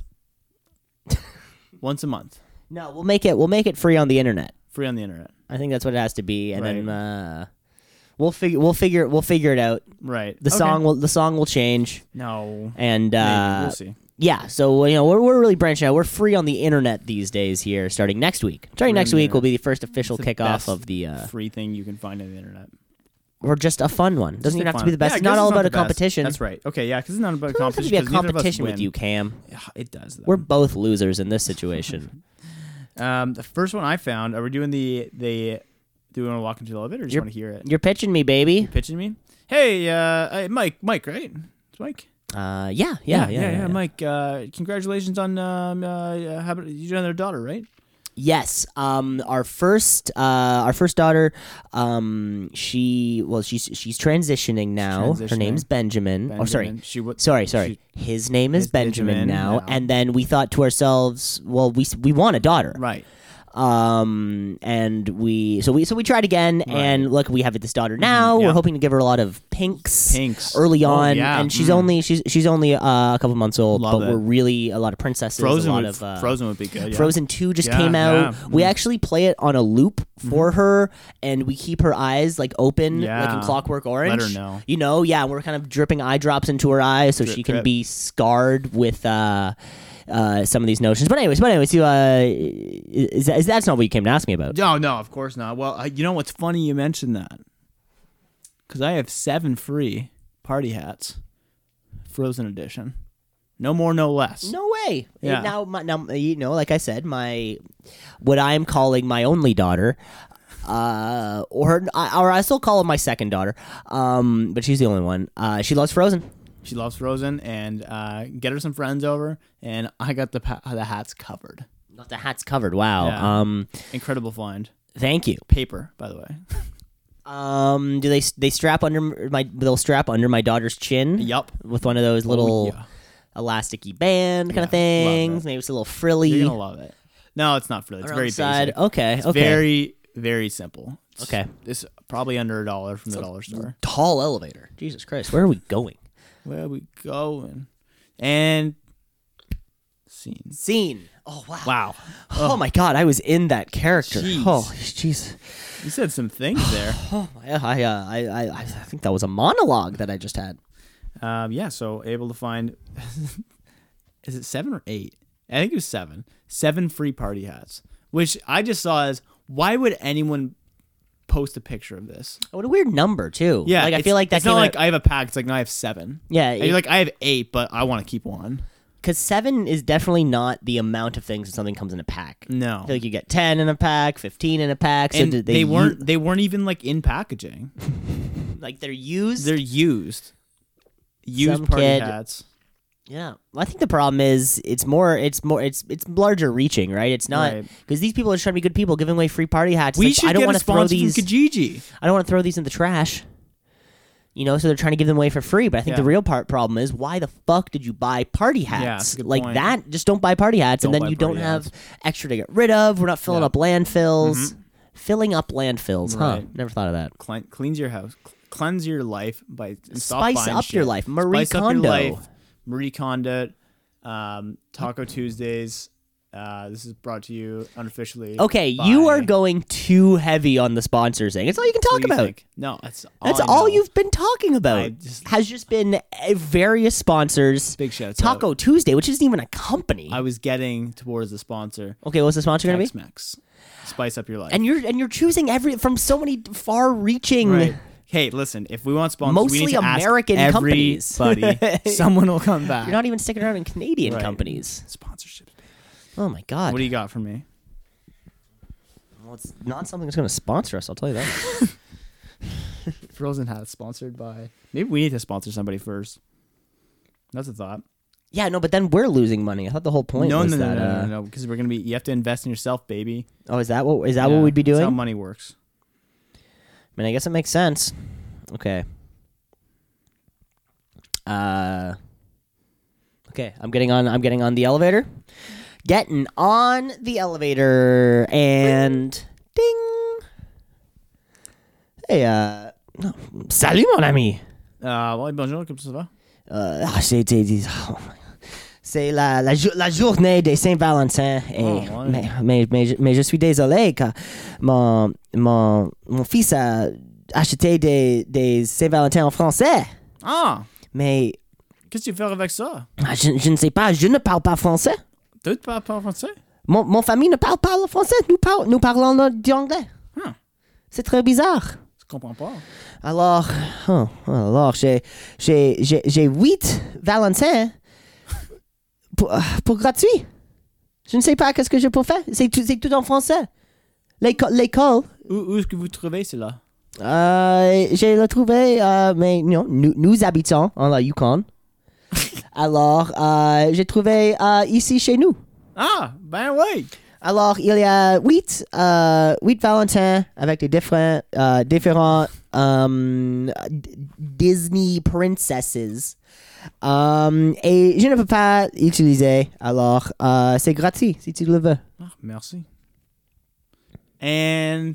S1: once a month,
S2: No, we'll make it. We'll make it free on the internet.
S1: free on the internet.
S2: I think that's what it has to be, and then uh, we'll figure we'll figure we'll figure it out.
S1: Right.
S2: The
S1: Okay.
S2: song will the song will change,
S1: No.
S2: and
S1: Maybe.
S2: uh,
S1: we'll see.
S2: yeah. So you know we're, we're really branching out. We're free on the internet these days here, starting next week. Starting next
S1: on the
S2: week will be the first official
S1: It's the
S2: kickoff
S1: best
S2: of the. Uh,
S1: free thing you can find on the internet.
S2: or just a fun one. Doesn't even have to be the best.
S1: Yeah,
S2: it's
S1: I guess
S2: not all about
S1: the
S2: a
S1: best.
S2: competition.
S1: That's right. Okay, yeah, because it's not about a
S2: It doesn't have to
S1: competition.
S2: be a
S1: 'cause neither of us
S2: competition with
S1: win.
S2: you, Cam.
S1: Yeah, It does. Though.
S2: We're both losers in
S1: *laughs*
S2: this situation.
S1: Um, the first one I found. Are we doing the the? Do we want to walk into the elevator? Or just
S2: You're-
S1: want to hear it?
S2: You're pitching me, baby.
S1: Pitching me. Hey, uh, hey, Mike. Mike, right? It's Mike.
S2: Uh, yeah, yeah, yeah, yeah, yeah.
S1: Mike, uh, congratulations on um, uh, how about, you know their daughter, right?
S2: Yes. Um, our first, uh, our first daughter. Um, she well, she's she's transitioning now. Her
S1: Transitioning.
S2: name's Benjamin. Oh, sorry.
S1: Benjamin. She wa-
S2: Sorry, sorry. His name is
S1: Is
S2: Benjamin,
S1: Benjamin
S2: now,
S1: now.
S2: and then we thought to ourselves, well, we s- we want a daughter,
S1: Right.
S2: um and we so we so we tried again and look we have this daughter now
S1: Mm-hmm. yeah.
S2: we're hoping to give her a lot of pinks
S1: Pinks.
S2: early
S1: Oh,
S2: on
S1: yeah.
S2: and she's
S1: Mm.
S2: only she's she's only uh, a couple months old
S1: Love
S2: but
S1: it.
S2: we're really a lot of princesses
S1: Frozen
S2: a lot
S1: would,
S2: of uh,
S1: Frozen would be good. Yeah.
S2: Frozen 2 just
S1: Yeah,
S2: came out.
S1: yeah. Mm-hmm.
S2: We actually play it on a loop for her and we keep her eyes like open like in
S1: Yeah.
S2: Clockwork Orange.
S1: Let her know.
S2: You know, yeah, we're kind of dripping eye drops into her eyes so
S1: Drip,
S2: she can
S1: drip.
S2: be scarred with uh uh, some of these notions, but anyways, but anyways, you uh, is, that, is that's not what you came to ask me about?
S1: No, no, of course not. Well, I, you know what's funny? You mentioned that because I have seven free party hats, Frozen edition. No more, no less.
S2: No way.
S1: Yeah.
S2: Now, my, now, you know, like I said, my what I am calling my only daughter, uh, or or I still call her my second daughter, um, but she's the only one. Uh, she loves Frozen.
S1: She loves Frozen, and uh, get her some friends over, and I got the pa- the hats covered.
S2: Not the hat's covered. Wow.
S1: Yeah.
S2: Um,
S1: Incredible find.
S2: thank you.
S1: Paper, by the
S2: *laughs*
S1: way.
S2: Um, do they they strap under my? They'll strap under my daughter's chin.
S1: yup.
S2: With one of those little
S1: Oh, yeah.
S2: elasticy band
S1: Yeah,
S2: kind of
S1: love
S2: things.
S1: that.
S2: Maybe it's a little frilly.
S1: You're gonna love it. No, it's not for that. It's
S2: around
S1: very
S2: the side.
S1: basic.
S2: Okay. okay.
S1: Very, very simple. It's-
S2: Okay.
S1: It's probably under a dollar from the dollar store.
S2: tall elevator. Jesus Christ. Where are we going?
S1: Where are we going? And scene.
S2: Scene. Oh wow.
S1: Wow.
S2: Oh my god, I was in that character.
S1: Jeez.
S2: Oh jeez.
S1: You said some things there.
S2: Oh my I, uh, I I I think that was a monologue that I just had.
S1: *sighs* Um, yeah, so able to find *laughs* is it seven or eight? I think it was seven. Seven free party hats. Which I just saw as why would anyone post a picture of this?
S2: What a weird number too.
S1: Yeah,
S2: Like I
S1: it's-
S2: feel like
S1: it's
S2: that's
S1: not like I have a pack. It's like no, I have seven.
S2: Yeah,
S1: and
S2: it-
S1: you're like I have eight, but I want to keep one.
S2: cuz 7 is definitely not the amount of things that something comes in a pack.
S1: No,
S2: I feel like you get 10 in a pack, 15 in a pack, so
S1: and
S2: did
S1: they,
S2: they u-
S1: weren't. They weren't even like in packaging.
S2: like they're used.
S1: They're used, used
S2: Some
S1: party
S2: kid-
S1: hats.
S2: yeah. Well, I think the problem is it's more it's more it's it's larger reaching, right? It's not
S1: Right.
S2: cuz these people are trying to be good people giving away free party hats.
S1: We
S2: Like,
S1: should
S2: I don't
S1: get
S2: want
S1: a
S2: to throw
S1: sponsor
S2: these
S1: from Kijiji.
S2: I don't want to throw these in the trash. You know, so they're trying to give them away for free. But I think
S1: Yeah.
S2: the real part problem is why the fuck did you buy party
S1: that's
S2: hats
S1: a good
S2: like
S1: point.
S2: that? Just don't buy party hats,
S1: Don't
S2: and then
S1: buy
S2: you don't
S1: party
S2: have
S1: hats.
S2: extra to get rid of. We're not filling
S1: Yeah. Mm-hmm.
S2: up landfills. Filling up landfills, huh?
S1: Right.
S2: Never thought of that.
S1: Clean, cleanse your house, Cl- cleanse your life by and stop
S2: Spice
S1: buying
S2: up your
S1: shit.
S2: life. Marie
S1: Spice up
S2: Kondo.
S1: your life. Marie Kondo, um, Taco Tuesdays. Uh, this is brought to you unofficially.
S2: Okay, you
S1: by-
S2: are going too heavy on the sponsors thing. It's all you can talk
S1: What do you
S2: about.
S1: think? No, that's all
S2: That's
S1: I
S2: all
S1: know.
S2: you've been talking
S1: I
S2: about.
S1: just-
S2: Has just been uh, various sponsors.
S1: Big shouts out.
S2: Taco Tuesday, which isn't even a company.
S1: I was getting towards the sponsor,
S2: okay, what's the sponsor going to be?
S1: Tex Mex. Spice up your life.
S2: and you're and you're choosing every from so many far-reaching.
S1: right. *laughs* Hey, listen, if we want sponsors, we
S2: Mostly
S1: need to ask
S2: American companies. *laughs*
S1: everybody. someone will come back.
S2: You're not even sticking around in Canadian
S1: Right.
S2: companies.
S1: Sponsorships.
S2: Oh my god!
S1: What do you got for me?
S2: well, it's not something that's going to sponsor us. I'll tell you that.
S1: Frozen hat sponsored by. Maybe we need to sponsor somebody first. That's a thought.
S2: *laughs* Yeah, no, but then we're losing money. I thought the whole point
S1: No,
S2: was
S1: no, no,
S2: that.
S1: no, no,
S2: uh,
S1: no, no, because we're gonna be. You have to invest in yourself, baby.
S2: Oh, is that what is that
S1: Yeah,
S2: what we'd be
S1: That's how
S2: doing?
S1: money works.
S2: I mean, I guess it makes sense. Okay. Uh. Okay, I'm getting on. I'm getting on the elevator. Getting on the elevator and ding. Hey, uh, no, salut mon ami.
S1: Uh, well, bonjour, comme ça va?
S2: Euh, ah, c'est c'est- c'est- oh my God. C'est la, la, jo- la journée des Saint-Valentin. Et,
S1: Oh, ouais.
S2: mais, mais, mais, je- mais je suis désolé car mon, mon, mon fils a acheté des, des Saint-Valentin en français.
S1: Ah,
S2: Mais
S1: qu'est-ce que tu fais avec ça?
S2: ah, je, je ne sais pas, je ne parle pas français.
S1: Tu ne parles pas français?
S2: Mon, mon famille ne parle pas le français. Nous, par- nous parlons le- du anglais.
S1: Huh.
S2: C'est très bizarre.
S1: Je comprends pas.
S2: Alors, oh, alors j'ai, j'ai, j'ai, j'ai 8 Valentins pour, euh, pour gratuit. Je ne sais pas qu'est-ce que je peux faire. C'est tout, c'est tout en français. L'école, l'école
S1: Où, où est-ce que vous trouvez cela?
S2: euh, j'ai le trouvé, euh, mais non, nous, nous habitons en la Yukon. alors, euh, j'ai trouvé euh, ici chez nous.
S1: Ah, ben oui.
S2: Alors, il y a 8, euh, huit Valentins avec des différents, euh, différents euh, D- Disney princesses. Euh, et je ne peux pas utiliser, alors euh, c'est gratuit si tu le veux.
S1: Ah, merci. And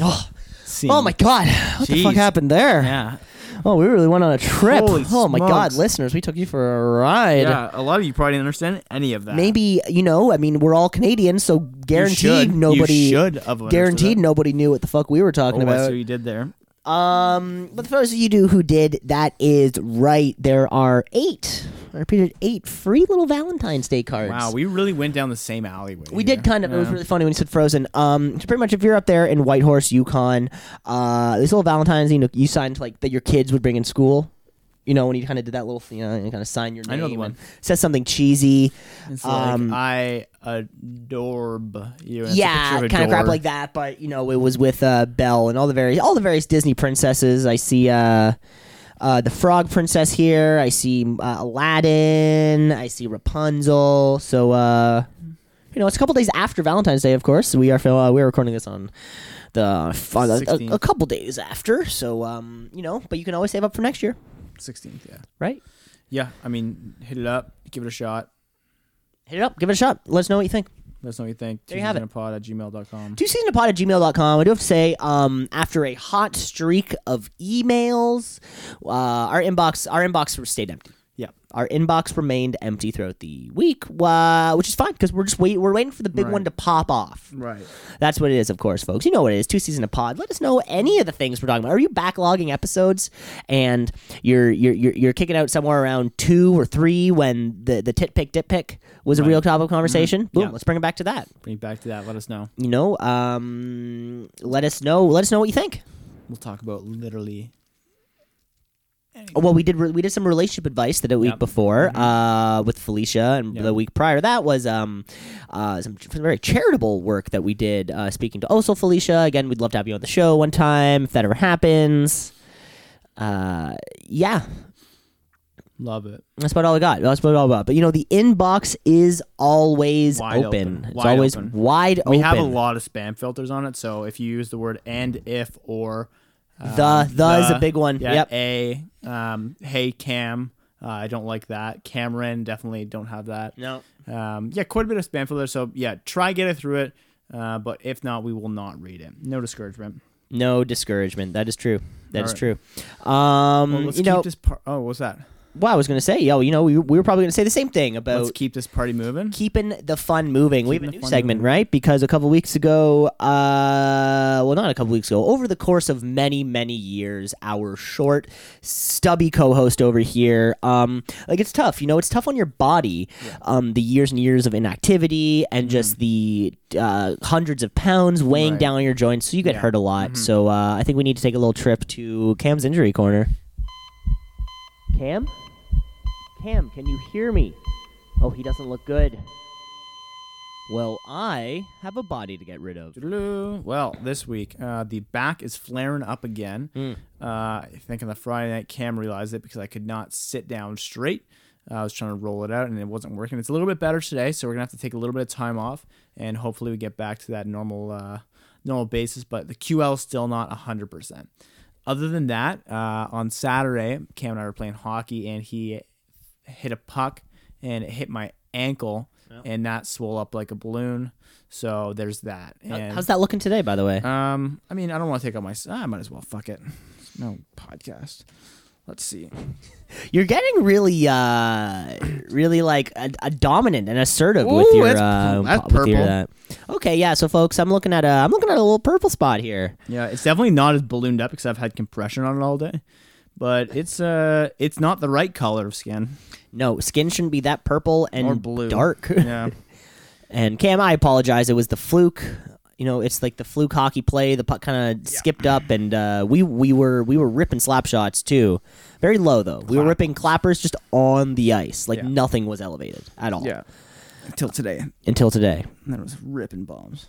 S2: Oh,
S1: scene.
S2: oh my god, what the fuck
S1: Jeez.
S2: happened there?
S1: *laughs* Yeah,
S2: Oh, we really went on a trip.
S1: Holy
S2: oh my god,
S1: smokes.
S2: listeners, we took you for a ride.
S1: yeah. A lot of you probably didn't understand any of that.
S2: Maybe, you know, I mean, we're all Canadian, so
S1: You should-
S2: guaranteed
S1: you
S2: nobody
S1: should have understood
S2: guaranteed
S1: that.
S2: nobody knew what the fuck we were talking
S1: Oh, I
S2: about.
S1: see what you did there.
S2: Um, but for those of you do who did, that is right. There are eight. I repeated eight free little Valentine's Day cards.
S1: Wow, we really went down the same alleyway.
S2: We did kind of. It was really funny when you said Frozen. Um, so pretty much, if you're up there in Whitehorse, Yukon, uh, this little Valentine's you know you signed like that your kids would bring in school. You know when you kind of did that little, you know, you kind of sign your name.
S1: I know the one.
S2: and Says something cheesy.
S1: It's
S2: um,
S1: like I adorb you. and it's a
S2: yeah,
S1: picture a
S2: kind of crap
S1: door.
S2: like that. But you know, it was with uh, Belle and all the various all the various Disney princesses. I see uh, uh, the Frog Princess here. I see uh, Aladdin. I see Rapunzel. So uh, you know, it's a couple days after Valentine's Day, of course. We are fil- uh, we're recording this on the on a- a,
S1: 16th.
S2: a couple days after. So um, you know, but you can always save up for next year,
S1: 16th, yeah.
S2: right?
S1: Yeah, I mean, hit it up, give it a shot.
S2: Hit it up, give it a shot. Let us know what you think.
S1: Let us know what you think.
S2: There you have it.
S1: Pod at gmail.com.
S2: Two season pod at gmail.com. I do have to say, um, after a hot streak of emails, uh, our inbox our inbox stayed empty.
S1: Yeah.
S2: Our inbox remained empty throughout the week, uh, which is fine because we're just wait we're waiting for the big
S1: Right.
S2: one to pop off.
S1: Right.
S2: That's what it is, of course, folks. You know what it is. Two season a pod. Let us know any of the things we're talking about. Are you backlogging episodes and you're you're you're, you're kicking out somewhere around two or three when the the tit pick dip pick was a real topic of conversation? Boom.
S1: Mm-hmm. Yeah.
S2: Let's bring it back to that
S1: Bring it back to that. Let us know.
S2: you know, um, let us know. Let us know what you think.
S1: We'll talk about literally.
S2: Well, we did re- we did some relationship advice the week
S1: Yep. Mm-hmm.
S2: before uh, with Felicia, and
S1: Yep.
S2: the week prior to that was um, uh, some, ch- very charitable work that we did. Uh, speaking to Osel Felicia again, we'd love to have you on the show one time if that ever happens. Uh, yeah,
S1: Love it.
S2: that's about all I got. That's about all I got. But you know, the inbox is always
S1: Wide
S2: open.
S1: open.
S2: It's
S1: Wide
S2: always
S1: open.
S2: wide open.
S1: We have a lot of spam filters on it, so if you use the word and, if, or. um,
S2: The- the is a big one.
S1: Yeah,
S2: Yep.
S1: A. Um, hey, Cam. Uh, I don't like that. Cameron, definitely don't have that.
S2: No.
S1: Um, yeah, quite a bit of spam filter. So, yeah, try get it through it. Uh, but if not, we will not read it. No discouragement.
S2: No discouragement. That is true. That is
S1: All
S2: true. Um,
S1: Well, let's
S2: you
S1: keep
S2: know,
S1: this part. Oh, what's that?
S2: Well, I was going to say, yo, you know, we, we were probably going to say the same thing
S1: Let's
S2: about
S1: keep this party moving.
S2: keeping the fun moving. we have
S1: Keeping
S2: a
S1: the
S2: new
S1: fun
S2: segment,
S1: moving.
S2: right? Because a couple weeks ago, uh, well, not a couple weeks ago, over the course of many, many years, our short, stubby co-host over here, um, like it's tough, you know, it's tough on your body, um, the years and years of inactivity and just the uh, hundreds of pounds weighing
S1: Mm-hmm. Right.
S2: down on your joints, so you get
S1: Yeah. Mm-hmm.
S2: hurt a lot. So uh, I think we need to take a little trip to Cam's injury corner. Cam? Cam, can you hear me? Oh, he doesn't look good. Well, I have a body to get rid of.
S1: Toodaloo. Well, this week, uh, the back is flaring up again. Uh, I think on the Friday night, Cam realized it because I could not sit down straight. Uh, I was trying to roll it out and it wasn't working. It's a little bit better today, so we're going to have to take a little bit of time off and hopefully we get back to that normal uh, normal basis. But the QL is still not 100%. Other than that, uh, on Saturday, Cam and I were playing hockey and he hit a puck and it hit my ankle and that swole up like a balloon. So there's that. And,
S2: How's that Uh, looking today, by the way?
S1: Um, I mean, I don't want to take out my. s- ah, I might as well. Fuck it. No podcast. Let's see.
S2: You're getting really, uh, really like a, a dominant and assertive with
S1: Ooh,
S2: your
S1: that's-
S2: uh,
S1: that's
S2: with your,
S1: purple.
S2: that. Okay, yeah. So, folks, I'm looking at a, I'm looking at a little purple spot here.
S1: Yeah, it's definitely not as ballooned up because I've had compression on it all day. But it's uh, it's not the right color of skin Mm,
S2: No, skin shouldn't be that purple and
S1: or blue.
S2: dark.
S1: *laughs* Yeah.
S2: And Cam, I apologize. It was the fluke. You know, it's like the fluke hockey play. The puck kind of skipped up, and uh, we we were we were ripping slap shots too. Very low though. We were ripping clappers just on the ice. Like
S1: Yeah.
S2: nothing was elevated at all
S1: Yeah. Until today, and
S2: until today.
S1: then it was ripping bombs.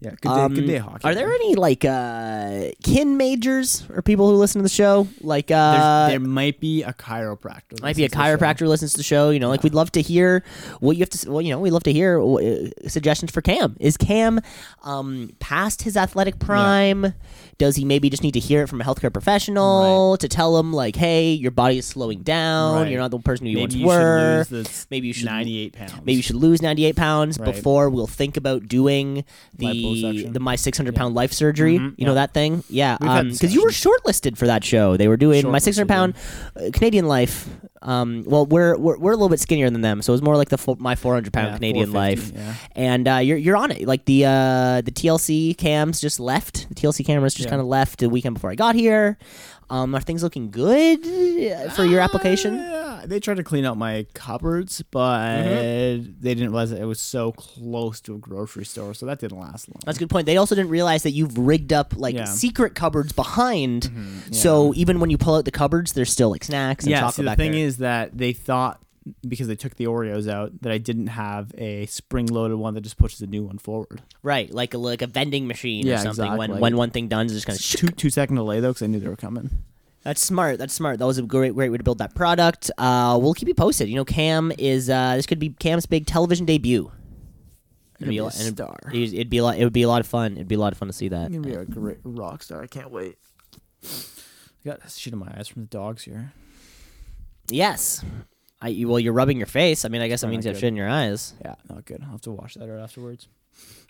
S1: Yeah. Good day.
S2: Um,
S1: good day, hockey.
S2: Are there any like uh, kin majors or people who listen to the show? Like uh,
S1: There's- there might be a chiropractor.
S2: might be a
S1: listens to the show.
S2: chiropractor who listens to the show. You know, like we'd love to hear what you have to. s- Well, you know, we'd love to hear uh, suggestions for Cam. Is Cam um, past his athletic prime? Does he maybe just need to hear it from a healthcare professional to tell him like, hey, your body is slowing down.
S1: Right.
S2: You're not the person who you
S1: Maybe
S2: once
S1: you
S2: were.
S1: should lose this
S2: Maybe you should-
S1: 98 pounds.
S2: Maybe you should lose 98 pounds
S1: Right.
S2: before we'll think about doing the
S1: Liposuction.
S2: the my 600 pound life surgery. you know that thing, yeah.
S1: Mm-hmm. We've had
S2: Because you were shortlisted for that show. They were doing my 600 pound uh, Canadian life. Um, well, we're, we're we're a little bit skinnier than them, so it was more like the fo- my 400 pound
S1: Yeah,
S2: Canadian life.
S1: 450, yeah.
S2: And uh, you're you're on it. Like the uh, the TLC cams just left. The TLC cameras just
S1: Yeah.
S2: kind of left the weekend before I got here. Um, are things looking good uh, for your application?
S1: Ah, Yeah, they tried to clean out my cupboards, but they didn't realize that it was so close to a grocery store, so that didn't last long.
S2: That's a good point. They also didn't realize that you've rigged up like
S1: Yeah. Mm-hmm.
S2: secret cupboards behind. So even when you pull out the cupboards, there's still like snacks and
S1: yeah,
S2: chocolate
S1: see, the
S2: back
S1: thing
S2: there.
S1: is that they thought because they took the Oreos out that I didn't have a spring-loaded one that just pushes a new one forward.
S2: right, like a like a vending machine or
S1: Yeah,
S2: something. When
S1: exactly.
S2: when one thing done is just kind
S1: Two
S2: of
S1: two second delay though, because I knew they were coming.
S2: that's smart. That's smart. That was a great great way to build that product. Uh, we'll keep you posted. You know, Cam is uh, this could be Cam's big television debut. It'd
S1: be a
S2: a lot- and it'd-
S1: star.
S2: It'd, it'd be a lot. It would be a lot of fun. It'd be a lot of fun to see that.
S1: I'm gonna be a great rock star. I can't wait. I got shit in my eyes from the dogs here.
S2: Yes. I, you- well, you're rubbing your face. I mean, I guess that
S1: probably
S2: means
S1: not
S2: you have
S1: good.
S2: shit in your eyes.
S1: Yeah, not good. I'll have to wash that out afterwards.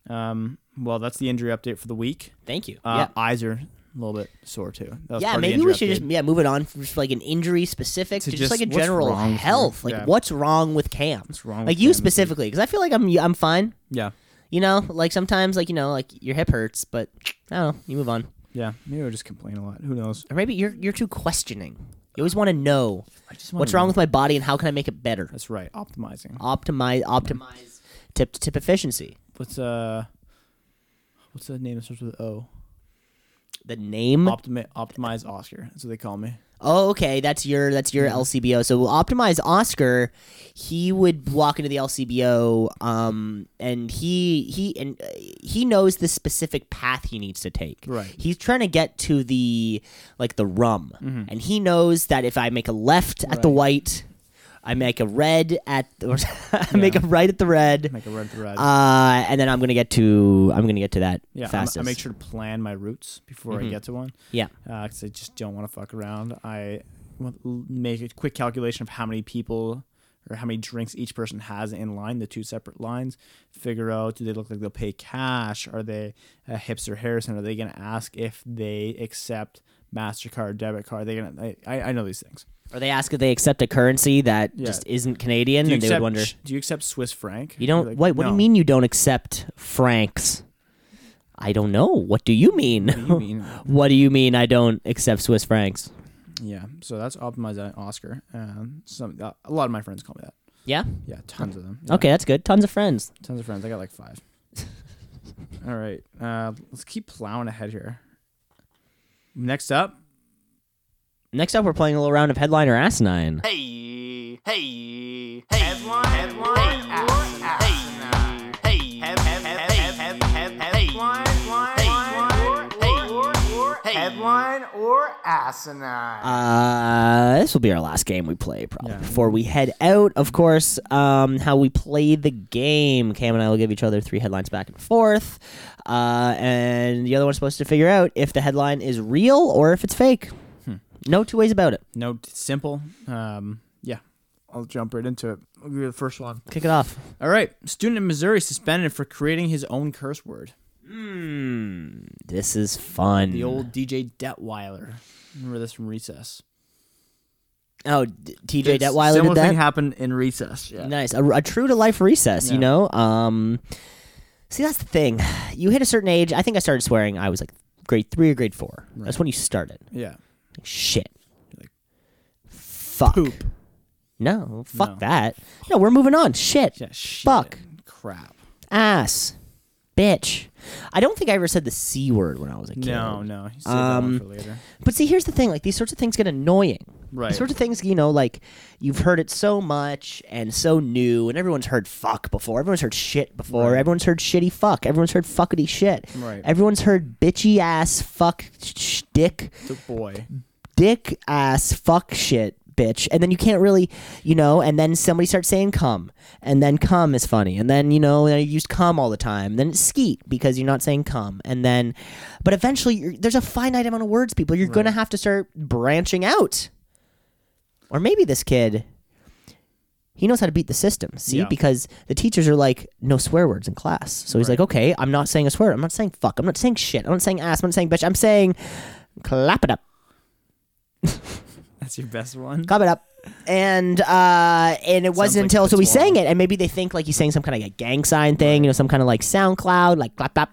S1: Um, well, that's the injury update for the week.
S2: Thank you.
S1: Uh,
S2: yeah.
S1: Eyes are a little bit sore too. That was
S2: yeah,
S1: part of the
S2: maybe we
S1: injury
S2: should just
S1: update.
S2: yeah move it on from just like an injury specific to,
S1: To
S2: just like a
S1: just what's
S2: general
S1: wrong with
S2: health.
S1: you.
S2: Like
S1: Yeah.
S2: what's wrong with Cam?
S1: What's wrong
S2: Like
S1: with
S2: you
S1: Cam this week?
S2: specifically, because I feel like I'm I'm fine.
S1: yeah,
S2: You know, like sometimes like you know like your hip hurts, but I don't know. You move on,
S1: yeah. Maybe I just complain a lot. Who knows?
S2: or maybe you're you're too questioning. You always want to know
S1: I just wanna
S2: what's wrong
S1: know.
S2: with my body and how can I make it better.
S1: That's right. Optimizing.
S2: Optimize optimize tip to tip efficiency.
S1: What's uh, what's the name that starts with O?
S2: The name.
S1: Optimi- optimize Oscar. That's what they call me.
S2: Oh, okay. That's your that's
S1: Mm-hmm.
S2: your LCBO. So optimize Oscar. He would walk into the LCBO, um, and he he and uh, he knows the specific path he needs to take.
S1: Right.
S2: He's trying to get to the like the rum, and he knows that if I make a left at
S1: Mm-hmm.
S2: the
S1: Right.
S2: white, I make a red at the, *laughs* I make a right at the red,
S1: Make a red thread.
S2: uh, and then I'm gonna get to I'm gonna get to that
S1: yeah, I'm-
S2: fastest. Mm-hmm.
S1: I make sure to plan my routes before I get to one.
S2: Yeah.
S1: because I just don't want to fuck around. I want l- make a quick calculation of how many people or how many drinks each person has in line, the two separate lines. Figure out do they look like they'll pay cash? Are they a hipster Harrison? Are they gonna ask if they accept Mastercard, debit card? Are they gonna? I, I know these things.
S2: Or they ask if they accept a currency that
S1: Yeah.
S2: just isn't Canadian,
S1: Do you
S2: and they
S1: accept,
S2: would wonder.
S1: Do you accept Swiss franc?
S2: You don't.
S1: Like,
S2: what? What do you
S1: "No."
S2: mean you don't accept francs? I don't know. What do you mean?
S1: What do you mean?
S2: *laughs* What do you mean I don't accept Swiss francs?
S1: yeah. So that's optimized Oscar. Um, some uh, a lot of my friends call me that.
S2: Yeah.
S1: Yeah, tons of them. Yeah.
S2: Okay, that's good. Tons of friends.
S1: Tons of friends. I got like
S2: *laughs*
S1: five. All right. Uh, let's keep plowing ahead here. Next up,
S2: Next up, we're playing a little round of headline or asinine.
S4: Hey, hey, hey, headline, headline, hey, hey, hey, asinine.
S2: Uh, this will be our last game we play probably before we head out. Of course, um, how we play the game. Cam and I will give each other three headlines back and forth, uh, and the other one's supposed to figure out if the headline is real or if it's fake.
S1: Hmm.
S2: No two ways about it.
S1: No, it's simple. Um, yeah, I'll jump right into it. I'll give you the first one.
S2: Kick it off.
S1: All right, student in Missouri suspended for creating his own curse word.
S2: Hmm, This is fun.
S1: The old DJ Detweiler. Remember this from Recess.
S2: oh, D- TJ
S1: It's-
S2: Detweiler
S1: Similar
S2: did that.
S1: thing happened in Recess. Yeah.
S2: Nice. A, a true to life recess, you
S1: Yeah.
S2: know? Um, see, that's the thing. You hit a certain age. I think I started swearing. I was like grade three or grade four. That's when you started.
S1: Yeah.
S2: Shit. fuck.
S1: Poop.
S2: No, fuck
S1: No.
S2: that. No, we're moving on. Shit.
S1: Yeah. Shit.
S2: Fuck.
S1: Crap.
S2: Ass. Bitch. I don't think I ever said the C word when I was a kid.
S1: No, no. You saved that one
S2: Um,
S1: for later.
S2: But see, here's the thing: like these sorts of things get annoying.
S1: Right.
S2: These sorts of things, you know, like you've heard it so much and so new, and everyone's heard fuck before. Everyone's heard shit before. Everyone's heard shitty fuck. Everyone's heard fuckity shit.
S1: Right.
S2: Everyone's heard bitchy ass fuck sh- sh- dick
S1: The
S2: *laughs*
S1: boy.
S2: dick ass fuck shit bitch and then you can't really you know and then somebody starts saying come and then come is funny and then you know and you use come all the time then it's skeet because you're not saying come and then but eventually you're, there's a finite amount of words people you're gonna have to start branching out or maybe this kid he knows how to beat the system see
S1: Yeah.
S2: because the teachers are like no swear words in class so he's like okay i'm not saying a swear word. i'm not saying fuck i'm not saying shit i'm not saying ass i'm not saying bitch i'm saying clap it up
S1: That's your best
S2: *laughs*
S1: one.
S2: Cover it up. And uh, and it wasn't
S1: like
S2: until so we
S1: Fitz
S2: sang
S1: Waller.
S2: it, and maybe they think like he's saying some kind of like gang sign thing, you know, some kind of like SoundCloud, like clap clap.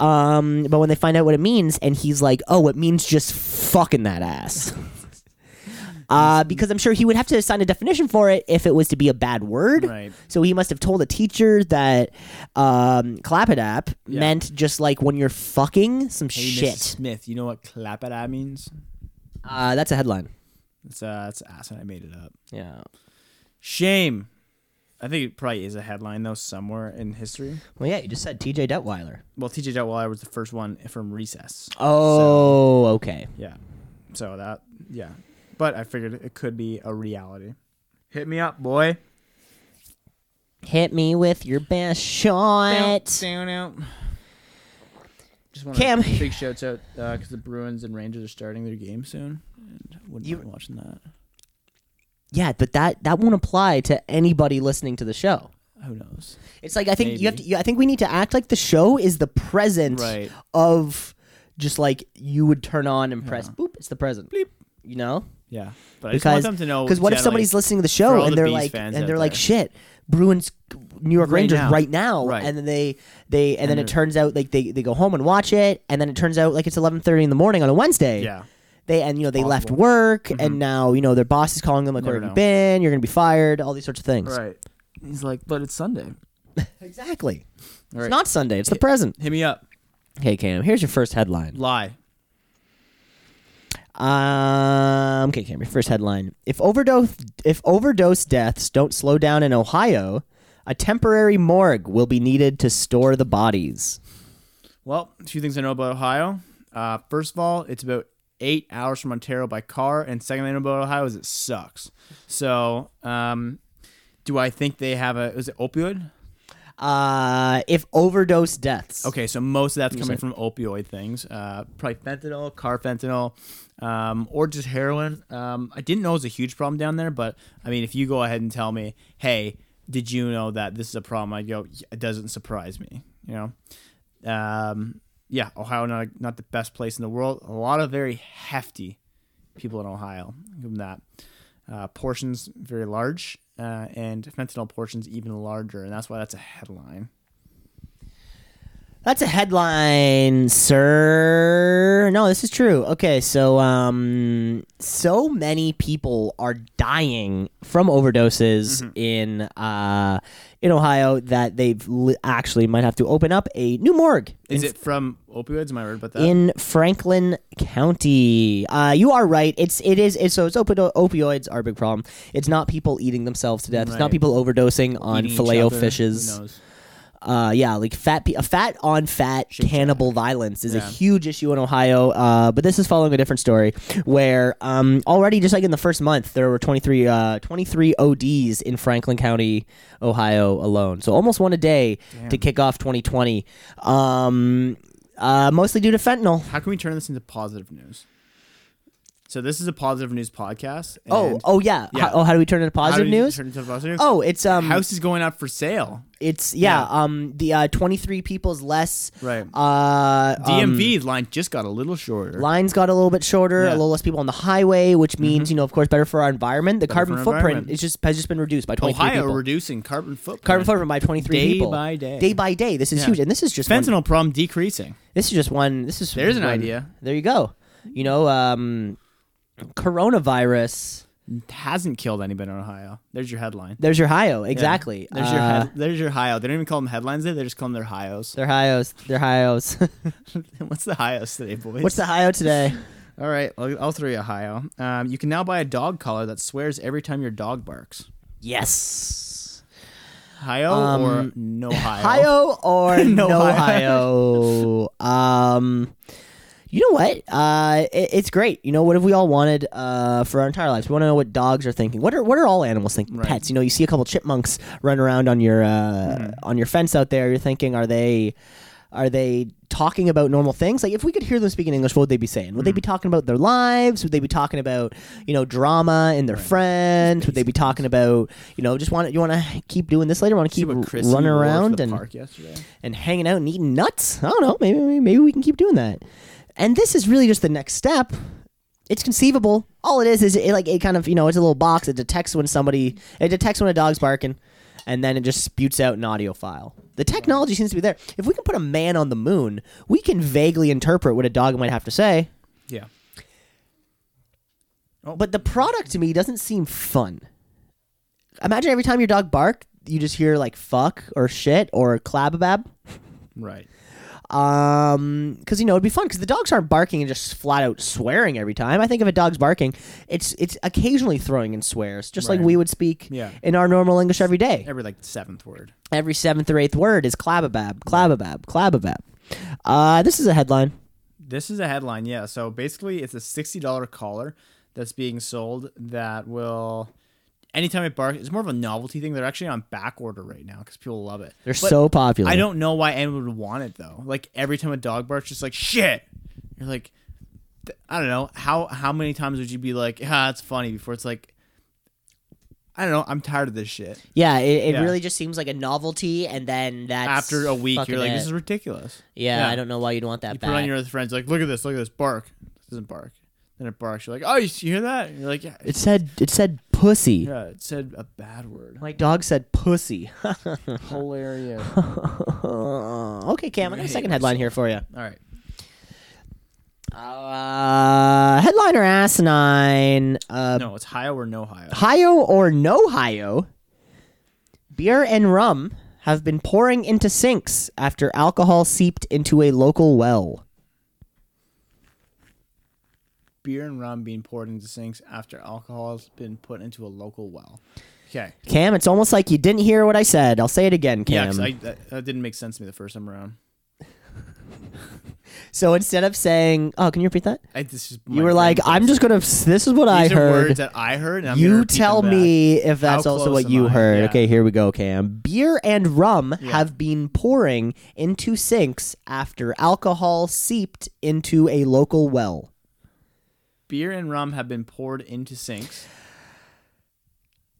S2: Um, but when they find out what it means, and he's like, "Oh, it means just fucking that *laughs* ass," uh, because I'm sure he would have to assign a definition for it if it was to be a bad word.
S1: Right.
S2: So he must have told a teacher that um, clap it up
S1: Yeah.
S2: meant just like when you're fucking some
S1: Hey, Mrs.
S2: shit.
S1: Smith, you know what clap it eye means?
S2: Uh, that's a headline.
S1: It's uh, it's ass, and I made it up.
S2: Yeah.
S1: Shame. I think it probably is a headline though somewhere in history.
S2: Well, yeah, you just said T.J. Detweiler.
S1: Well, T.J. Detweiler was the first one from Recess.
S2: Oh, okay.
S1: Yeah. So that yeah. But I figured it could be a reality. Hit me up, boy.
S2: Hit me with your best shot.
S1: Down, down. Just want
S2: Cam.
S1: to big shouts out because the Bruins and Rangers are starting their game soon. And wouldn't
S2: You-
S1: mind watching that.
S2: Yeah, but that that won't apply to anybody listening to the show.
S1: Who knows?
S2: It's like I think you have to.
S1: Maybe.
S2: You, I think we need to act like the show is the present
S1: Right.
S2: of just like you would turn on and press boop. It's the present. Bleep. You know.
S1: Yeah, but I
S2: Because
S1: just want them to know.
S2: because what if
S1: generally-
S2: somebody's listening to the
S1: for
S2: show
S1: all
S2: and
S1: the
S2: they're
S1: Bees
S2: like
S1: fans
S2: and they're
S1: out
S2: like
S1: there.
S2: shit Bruins New York
S1: Right
S2: Rangers
S1: now.
S2: right now
S1: Right.
S2: and then they they and, then it turns out like they, they go home and watch it and then it turns out like it's 11:30 in the morning on a Wednesday
S1: Yeah.
S2: they and you know they left work and now you know their boss is calling them like where
S1: Mm-hmm. Never
S2: have you
S1: know.
S2: been you're gonna be fired all these sorts of things
S1: right? He's like, but it's Sunday.
S2: exactly
S1: right.
S2: it's not Sunday it's the present
S1: Hit me up.
S2: hey Cam here's your first headline
S1: Lie.
S2: Um. Okay, Cameron. First headline: If overdose if overdose deaths don't slow down in Ohio, a temporary morgue will be needed to store the bodies.
S1: Well, a few things I know about Ohio. Uh, first of all, it's about eight hours from Ontario by car, and second thing I know about Ohio is it sucks. So, um, do I think they have a? Is it opioid?
S2: Uh, if overdose deaths.
S1: Okay, so most of that's coming from opioid things, uh, probably fentanyl, carfentanil, um, or just heroin. Um, I didn't know it was a huge problem down there, but I mean, if you go ahead and tell me, hey, did you know that this is a problem? I go, "Yeah, it doesn't surprise me. You know, um, yeah, Ohio not not the best place in the world. A lot of very hefty people in Ohio. Give 'em that. Uh, portions very large, uh, and fentanyl portions even larger, and that's why that's a headline.
S2: That's a headline, sir. No, this is true. Okay, so um, so many people are dying from overdoses
S1: Mm-hmm.
S2: in uh in Ohio that they've li- actually might have to open up a new morgue.
S1: Is
S2: in
S1: it from opioids? Am I right about that?
S2: in Franklin County. Uh, you are right. It's it is it's, so it's opi- opioids are a big problem. It's not people eating themselves to death. It's not
S1: Right.
S2: people overdosing on
S1: Eating each
S2: filet
S1: other, who
S2: fishes.
S1: knows?
S2: Uh, yeah, like fat, pe- a fat on fat cannibal violence is a
S1: Yeah.
S2: huge issue in Ohio. Uh, but this is following a different story where um, already, just like in the first month, there were 23, uh, 23 ODs in Franklin County, Ohio alone. So almost one a day to kick off 2020. Um, uh, mostly due to fentanyl.
S1: How can we turn this into positive news? So this is a positive news podcast. and
S2: Oh, oh yeah.
S1: Yeah.
S2: How, oh, how do we turn it to
S1: how
S2: positive
S1: did you
S2: news?
S1: Turn it into positive news?
S2: oh, it's um,
S1: house is going up for sale.
S2: it's yeah, um, the uh, twenty three people's less.
S1: Right.
S2: Uh, um,
S1: DMV line just got a little shorter.
S2: lines got a little bit shorter,
S1: Yeah. Mm-hmm.
S2: a little less people on the highway, which means you know, of course, better for our environment. The carbon
S1: for our
S2: footprint
S1: environment.
S2: is just has just been reduced by twenty three
S1: Ohio
S2: people.
S1: reducing carbon footprint.
S2: carbon footprint by twenty three
S1: Day
S2: people
S1: by day.
S2: day by day. This is
S1: Yeah.
S2: huge, and this is just one-
S1: Fentanyl problem decreasing.
S2: this is just one. This is
S1: There's an
S2: one-
S1: idea.
S2: There you go. You know, um, coronavirus.
S1: Hasn't killed anybody in Ohio. There's your headline.
S2: There's your Ohio exactly.
S1: There's your
S2: Uh,
S1: head, there's your Ohio. They don't even call them headlines. They they just call them their hios. *laughs*
S2: They're hios. They're hios. *laughs*
S1: What's the hios today, boys?
S2: What's the hio
S1: *laughs*
S2: today?
S1: All right, I'll, I'll throw you a hio. Um, you can now buy a dog collar that swears every time your dog barks.
S2: Yes.
S1: Hio or
S2: *laughs*
S1: no hio?
S2: Um, Ohio or
S1: *laughs*
S2: no
S1: No
S2: Ohio?
S1: *laughs*
S2: um, you know what? Uh, it, it's great. You know what have we all wanted uh, for our entire lives? We want to know what dogs are thinking. What are what are all animals thinking?
S1: Right.
S2: Pets. You know, you see a couple chipmunks run around on your uh,
S1: Mm-hmm.
S2: on your fence out there. You're thinking, are they? Are they talking about normal things? Like, if we could hear them speaking English, what would they be saying? Would they
S1: Mm-hmm.
S2: be talking about their lives? Would they be talking about, you know, drama and their friends? Would they be talking about, you know, just want to you want to keep doing this later? Want to
S1: See
S2: keep
S1: what Chrissy
S2: running
S1: wore to
S2: around
S1: the
S2: and
S1: park yesterday.
S2: and hanging out and eating nuts. I don't know. Maybe maybe- maybe we can keep doing that. And this is really just the next step. It's conceivable. All it is is it like it kind of you know it's a little box. It detects when somebody it detects when a dog's barking, and then it just spews out an audio file. The technology seems to be there. If we can put a man on the moon, we can vaguely interpret what a dog might have to say.
S1: Yeah.
S2: But the product to me doesn't seem fun. Imagine every time your dog bark, you just hear like fuck or shit or clababab.
S1: Right.
S2: um because you know it'd be fun because the dogs aren't barking and just flat out swearing every time i think if a dog's barking it's it's occasionally throwing in swears just like
S1: Right.
S2: we would speak
S1: Yeah.
S2: in our normal english every day
S1: Every like seventh word.
S2: every seventh or eighth word is clababab clababab clababab uh this is a headline
S1: This is a headline, yeah. So basically, it's a sixty dollar collar that's being sold that will. Anytime it barks, it's more of a novelty thing. They're actually on back order right now because people love it.
S2: they're
S1: But
S2: so popular
S1: I don't know why anyone would want it though. Like every time a dog barks, just like shit. You're like, th- I don't know how how many times would you be like, ah, it's funny before it's like, I don't know, I'm tired of this shit.
S2: yeah it, it
S1: Yeah.
S2: really just seems like a novelty and then that's
S1: After a week,
S2: fucking
S1: you're like,
S2: it.
S1: this is ridiculous.
S2: yeah,
S1: yeah.
S2: i don't know why you'd want that
S1: You
S2: back
S1: put it on your other friends, like, look at this, look at this, bark. It doesn't bark. Then it barks. You're like, oh, you s- you hear that? And you're like, yeah,
S2: it said it said pussy
S1: yeah, it said a bad word.
S2: my dog said pussy
S1: *laughs* Hilarious.
S2: *laughs* okay, Cam, I got a
S1: I
S2: second
S1: hate
S2: headline here for you.
S1: All right.
S2: Uh, headliner asinine. Uh,
S1: No, it's high or no high.
S2: Ohio or no Ohio, beer and rum have been pouring into sinks after alcohol seeped into a local well.
S1: Beer and rum being poured into sinks after alcohol has been put into a local well. Okay.
S2: Cam, it's almost like you didn't hear what I said. I'll say it again,
S1: Yeah,
S2: Cam.
S1: 'cause I, that, that didn't make sense to me the first time around.
S2: so instead of saying, "Oh, can you repeat that?"
S1: I, this is
S2: You were like, "I'm just gonna. This is what I
S1: These are
S2: heard."
S1: words that I heard. And I'm gonna
S2: you
S1: repeat
S2: tell
S1: them back.
S2: me if that's also
S1: close
S2: what
S1: am
S2: you
S1: I?
S2: heard.
S1: Yeah.
S2: Okay, here we go, Cam. Beer and rum have been pouring into sinks after alcohol seeped into a local well.
S1: Beer and rum have been poured into sinks.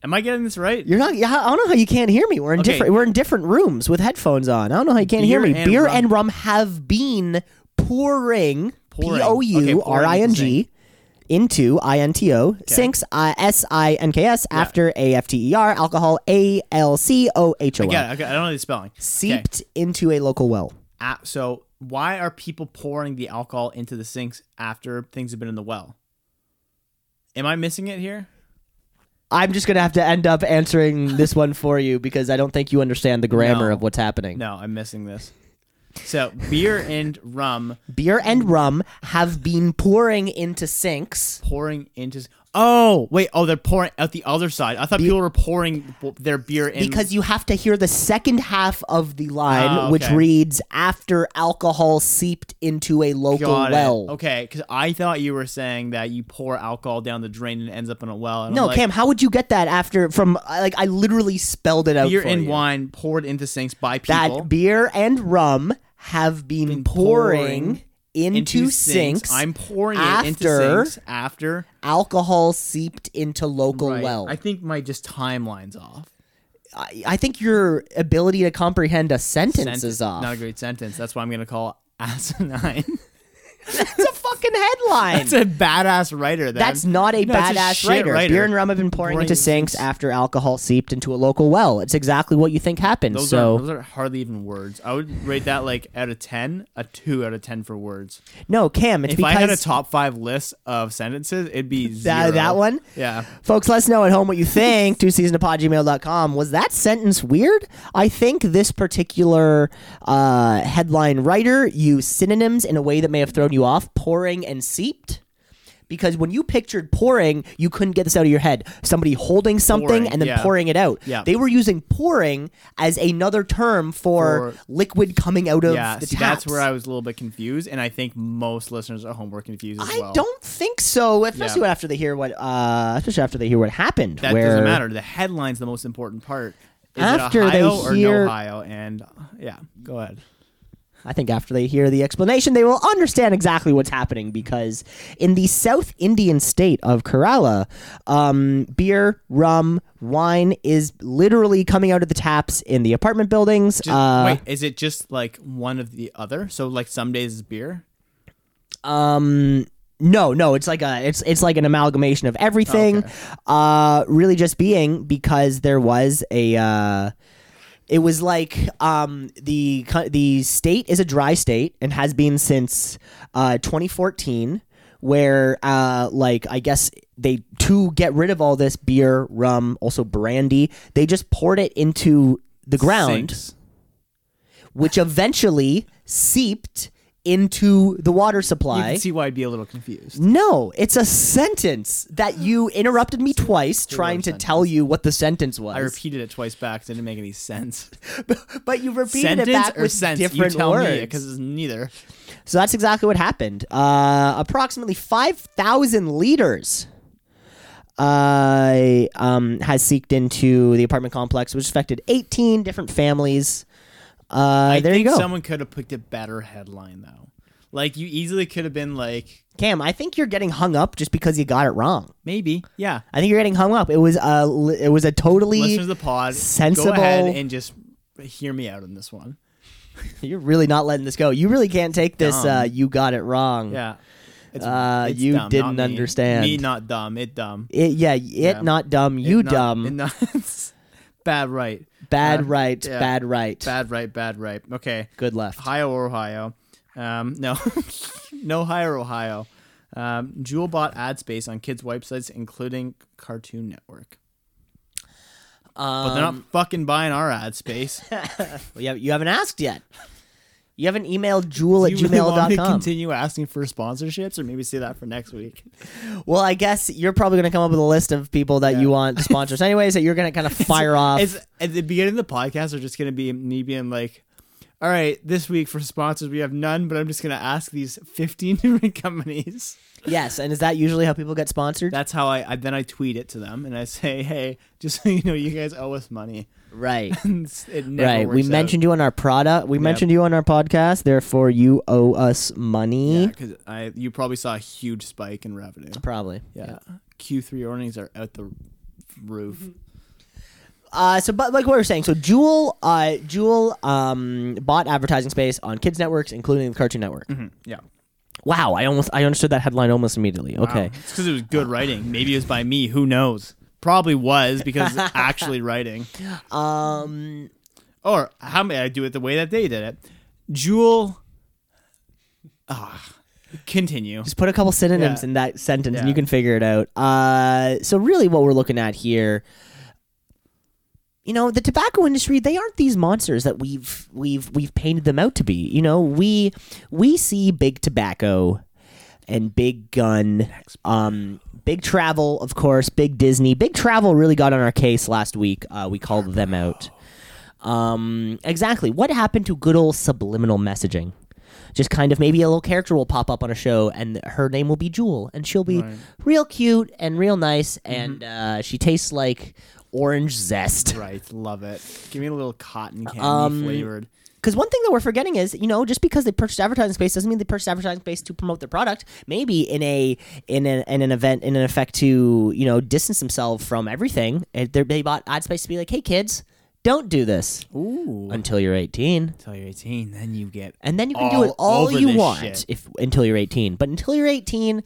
S1: Am I getting this right?
S2: You're not. I don't know how you can't hear me. We're in
S1: Okay.
S2: different. We're in different rooms with headphones on. I don't know how you can't hear
S1: Beer
S2: me.
S1: and
S2: beer
S1: rum-
S2: and rum have been pouring. P
S1: Pouring.
S2: o
S1: Okay,
S2: u r
S1: pouring
S2: i n
S1: into
S2: g. Into INTO sinks uh, S I N K S after A F T E R alcohol A L C O H O L.
S1: Yeah, okay, I don't know the spelling. Okay.
S2: seeped into a local well.
S1: Ah, so why are people pouring the alcohol into the sinks after things have been in the well? Am I missing it here?
S2: I'm just gonna have to end
S1: *laughs*
S2: up answering this one for you because I don't think you understand the grammar
S1: No.
S2: of what's happening.
S1: No, I'm missing this. So beer and rum
S2: Beer and rum have been pouring into sinks
S1: pouring into. Oh wait! Oh, they're pouring out the other side. I thought people were pouring b- their beer in
S2: because you have to hear the second half of the line,
S1: Ah,
S2: which
S1: okay.
S2: reads "after alcohol seeped into a local
S1: Got it.
S2: well."
S1: Okay, because I thought you were saying that you pour alcohol down the drain and it ends up in a well. And
S2: No,
S1: I'm like,
S2: Cam, how would you get that after from I- like I literally spelled it out
S1: Beer
S2: for
S1: and
S2: you.
S1: wine poured into sinks by
S2: That
S1: people
S2: beer and rum have been,
S1: Been
S2: pouring,
S1: pouring
S2: into,
S1: into
S2: sinks.
S1: I'm pouring it
S2: after-
S1: into sinks after.
S2: alcohol seeped into local
S1: Right.
S2: well.
S1: I think my just timeline's off.
S2: I, I think your ability to comprehend a sentence, is
S1: Sentence-
S2: off.
S1: Not a great sentence. That's why I'm gonna call it asinine.
S2: That's a fucking headline.
S1: *laughs* That's a badass writer. Then.
S2: That's not a
S1: No, it's
S2: badass
S1: shit
S2: writer. Beer and rum have been pouring
S1: Pouring
S2: into
S1: into
S2: sinks after alcohol seeped into a local well. It's exactly what you think happened.
S1: Those,
S2: so
S1: are, those are hardly even words. I would rate that like out of ten, a two out of ten for words.
S2: no, Cam, it's
S1: If
S2: because
S1: I had a top five list of sentences, it'd be
S2: that,
S1: zero.
S2: that one.
S1: Yeah.
S2: Folks, let us know at home what
S1: *laughs*
S2: you think. Two seasonapodgmail.com. Was that sentence weird? I think this particular uh, headline writer used synonyms in a way that may have thrown you off pouring and seeped. Because when you pictured pouring, you couldn't get this out of your head. Somebody holding something
S1: Pouring,
S2: and then
S1: yeah.
S2: pouring it out.
S1: Yeah.
S2: They were using pouring as another term for,
S1: For-
S2: liquid coming out of
S1: Yeah.
S2: the
S1: See,
S2: taps.
S1: that's where I was a little bit confused, and I think most listeners at home were confused as
S2: I
S1: well.
S2: don't think so, especially after they hear what, uh, especially after they hear what happened.
S1: That
S2: where-
S1: doesn't matter. The headline's the most important part. Is
S2: After
S1: it
S2: they
S1: Ohio or
S2: hear-
S1: no Ohio? And yeah, go ahead.
S2: I think after they hear the explanation, they will understand exactly what's happening because in the South Indian state of Kerala, um, beer, rum, wine is literally coming out of the taps in the apartment buildings.
S1: Just-
S2: uh,
S1: wait, is it just like one of the other? So like some days it's beer.
S2: Um, no, no, it's like a it's it's like an amalgamation of everything. Uh, really just being because there was a uh, it was like um the co- the state is a dry state and has been since uh 2014 where uh like I guess they to get rid of all this beer, rum, also brandy, they just poured it into the ground
S1: Sinks.
S2: which eventually seeped into the water
S1: You
S2: supply.
S1: can see why I'd be a little confused.
S2: no, it's a sentence that you interrupted me twice trying to
S1: sentence.
S2: tell you what the sentence was.
S1: I repeated it twice back. 'cause It didn't make any sense. *laughs*
S2: but you repeated it
S1: Sentence
S2: back
S1: or
S2: with
S1: sense?
S2: different
S1: you tell
S2: words.
S1: me because it's neither.
S2: so that's exactly what happened. Uh, approximately 5,000 liters uh, um, has seeped into the apartment complex, which affected 18 different families. Uh,
S1: I
S2: there
S1: think
S2: you go.
S1: Someone could have picked a better headline though. Like you easily could have been like
S2: Cam, I think you're getting hung up just because you got it wrong.
S1: maybe yeah.
S2: I think you're getting hung up. It was a li- it was a totally
S1: Listeners of the pod,
S2: sensible-
S1: go ahead and just hear me out on this one.
S2: You're really not letting this go. You really can't take this. Uh,
S1: Dumb.
S2: you got it wrong.
S1: Yeah, it's,
S2: Uh,
S1: it's
S2: you
S1: dumb, not
S2: didn't
S1: me.
S2: understand.
S1: Me not dumb. It dumb.
S2: It, yeah, it
S1: Yeah.
S2: not dumb. You
S1: It not-
S2: dumb.
S1: it not- *laughs* it's bad right.
S2: bad
S1: uh,
S2: right.
S1: yeah.
S2: Bad right.
S1: Bad right. Bad right. Okay.
S2: Good left.
S1: Ohio or Ohio. Um, no, *laughs* no higher Ohio. Um, Jewel bought ad space on kids' websites, including Cartoon Network. But they're not fucking buying our ad space.
S2: Well, you, haven't- you haven't asked yet. You haven't emailed Jewel at
S1: you really want me to
S2: gmail.com.
S1: continue asking for sponsorships, or maybe say that for next week?
S2: well, I guess you're probably going to come up with a list of people that
S1: *laughs*
S2: you want to sponsor. So anyways, that you're going to kind of fire off.
S1: It's, at the beginning of the podcast, are just going to be me being like, "All right, this week for sponsors we have none, but I'm just going to ask these 15 *laughs* different companies."
S2: yes, and is that usually how people get sponsored?
S1: That's how I, I then I tweet it to them and I say, "Hey, just so you know, you guys owe us money." *laughs*
S2: right.
S1: It's- it never
S2: Right. We
S1: works out.
S2: mentioned you on our product. We mentioned you on our podcast. Therefore, you owe us money.
S1: Yeah, because I you probably saw a huge spike in revenue.
S2: Probably.
S1: Yeah, Q three earnings are out the roof.
S2: Uh, so, but like we were saying, so Jewel, uh, Jewel, um, bought advertising space on kids networks, including the Cartoon Network.
S1: Yeah,
S2: Wow, I almost I understood that headline almost immediately. Okay,
S1: Oh, it's because it was good writing. Maybe it was by me. Who knows? Probably was
S2: *laughs*
S1: because it's actually writing.
S2: um,
S1: Or how may I do it the way that they did it? Jewel. Ah, continue.
S2: just put a couple synonyms
S1: Yeah.
S2: in that sentence, and
S1: Yeah.
S2: you can figure it out. Uh, so really, what we're looking at here. You know the tobacco industry—they aren't these monsters that we've we've we've painted them out to be. You know, we we see big tobacco and Big Gun. Um, Big Travel, of course, Big Disney. Big Travel really got on our case last week. Uh, we called them out. Um, exactly. What happened to good old subliminal messaging? Just kind of maybe a little character will pop up on a show, and her name will be Jewel, and she'll be real cute and real nice, and uh, she tastes like orange zest.
S1: Right, love it. Give me a little cotton candy
S2: Um,
S1: flavored.
S2: Because one thing that we're forgetting is, you know, just because they purchased advertising space doesn't mean they purchased advertising space to promote their product. Maybe in a in an in an event in an effect to you know distance themselves from everything. And they're- They bought ad space to be like, hey kids, don't do this
S1: Ooh.
S2: until you're 18,
S1: Until you're 18, then you get
S2: and then you can
S1: All
S2: do it all
S1: over
S2: you
S1: this
S2: want
S1: shit.
S2: if until you're 18. But until you're 18,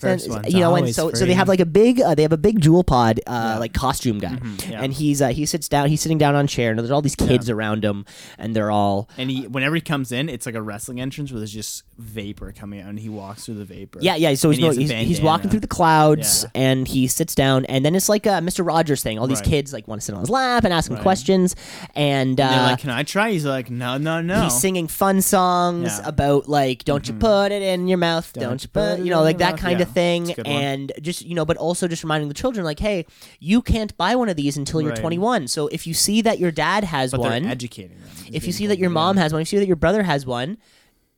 S2: then,
S1: First one's
S2: you know, and
S1: always
S2: so so
S1: free.
S2: they have like a big uh, they have a big jewel pod uh, like costume guy,
S1: Mm-hmm. yeah.
S2: and he's uh, he sits down he's sitting down on a chair, and there's all these kids around him, and they're all.
S1: And he, whenever he comes in, it's like a wrestling entrance where there's just vapor coming out, and he walks through the vapor.
S2: Yeah, yeah. So he's,
S1: And he
S2: no,
S1: has a
S2: he's, he's
S1: bandana.
S2: walking through the clouds
S1: Yeah.
S2: and he sits down, and then it's like a Mr. Rogers thing. All these
S1: Right.
S2: kids like want to sit on his lap and ask him
S1: Right.
S2: questions, and, uh,
S1: And they're like, "Can I try?" He's like, "No, no, no."
S2: he's singing fun songs
S1: Yeah. Mm-hmm.
S2: about like, "Don't you put it in your mouth? Don't, you
S1: it
S2: put," you know,
S1: in
S2: like
S1: your
S2: that
S1: mouth."
S2: kind
S1: Yeah,
S2: of thing,
S1: it's a good one.
S2: and just you know, but also just reminding the children like, "Hey, you can't buy one of these until you're
S1: Right.
S2: 21. So if you see that your dad has
S1: but
S2: one,
S1: they're educating them.
S2: if you see that your mom has one, if you see that your brother has one,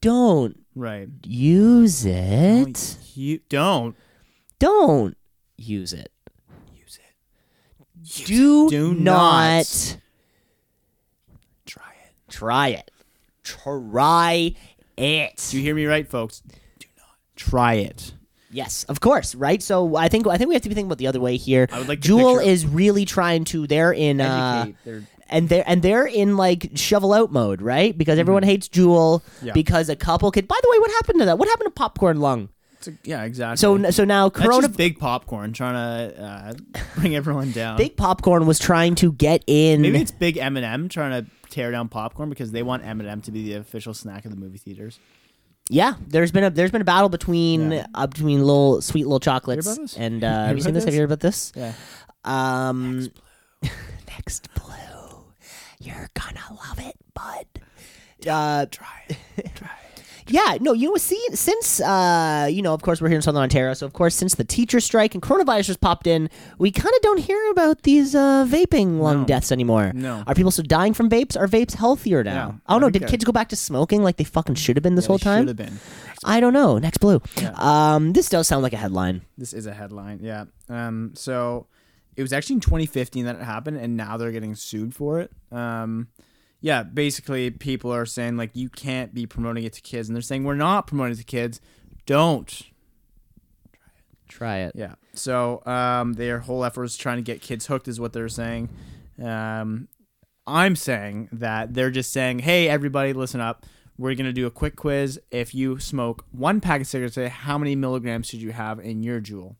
S2: don't
S1: right,
S2: use it."
S1: you don't
S2: don't use it. Use it. Do,
S1: Do
S2: not,
S1: not. try it.
S2: try it. Try it.
S1: Do you hear me right, folks? Do not try it.
S2: Yes, of course, right? So I think I think we have to be thinking about the other way here.
S1: I would like to
S2: Jewel
S1: picture-
S2: is really trying to they're in uh,
S1: Educate their-
S2: and they're and they're in like shovel out mode, right? Because everyone hates Jewel
S1: Mm-hmm. Yeah.
S2: because a couple could By the way, what happened to that? What happened to popcorn lung?
S1: It's a- yeah, exactly.
S2: So so now
S1: That's
S2: corona
S1: just big popcorn trying to uh, bring everyone down.
S2: big popcorn was trying to get in
S1: Maybe it's Big M and M trying to tear down popcorn because they want M and M to be the official snack of the movie theaters.
S2: Yeah, there's been a there's been a battle between
S1: Yeah.
S2: uh, between little sweet little
S1: Hear
S2: chocolates
S1: about this? *laughs*
S2: and uh, have you seen
S1: about
S2: this? Have
S1: this?
S2: you heard about this?
S1: Yeah.
S2: Um, *laughs* next blue, you're gonna love it, bud. Uh,
S1: Try it.
S2: *laughs* yeah, no, you know, see, since uh, you know, of course, we're here in Southern Ontario, so of course, since the teacher strike and coronavirus has popped in, we kind of don't hear about these uh, vaping lung deaths anymore.
S1: No.
S2: are people still dying from vapes? Are vapes healthier now?
S1: Yeah,
S2: I don't
S1: I
S2: know.
S1: think
S2: Did
S1: that-
S2: kids go back to smoking like they fucking should have been this whole
S1: Should
S2: time?
S1: have been.
S2: I don't know. Next blue. Um, this does sound like a headline.
S1: This is a headline. Yeah. Um. So it was actually in 2015 that it happened, and now they're getting sued for it. Um. Yeah. Basically, people are saying like you can't be promoting it to kids, and they're saying we're not promoting it to kids. Don't.
S2: Try it.
S1: Yeah. So um, their whole effort is trying to get kids hooked, is what they're saying. Um, I'm saying that they're just saying, hey, everybody, listen up. We're going to do a quick quiz. If you smoke one pack of cigarettes a day, how many milligrams should you have in your joule?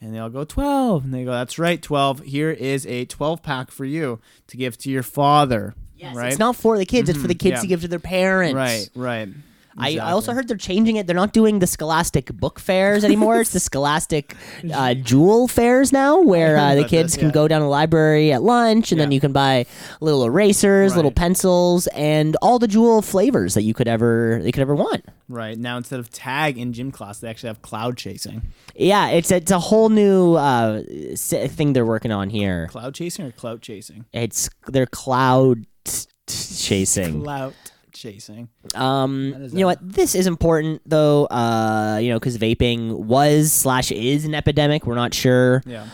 S1: And they all go, 12. And they go, that's right, 12. Here is a 12 pack for you to give to your father. Yes, right? Mm-hmm.
S2: It's not for the kids. It's for the kids
S1: yeah.
S2: to give to their parents.
S1: right, right.
S2: I, I also
S1: Exactly.
S2: heard they're changing it. They're not doing the Scholastic book fairs
S1: *laughs*
S2: anymore. it's the Scholastic uh, Jewel fairs now, where
S1: heard
S2: uh, the
S1: about
S2: kids
S1: this,
S2: can
S1: yeah.
S2: go down to the library at lunch, and then
S1: Yeah.
S2: you can buy little erasers, little
S1: Right.
S2: pencils, and all the Jewel flavors that you could ever you could ever want.
S1: Right. Now, instead of tag in gym class, they actually have cloud chasing.
S2: Yeah, it's it's a whole new uh, s- thing they're working on here.
S1: Cloud chasing or clout chasing?
S2: It's they're cloud t- t- chasing.
S1: Clout chasing.
S2: Um,
S1: is
S2: you know what? This is important though. Uh, you know, because vaping was slash is an epidemic. We're not sure.
S1: Yeah.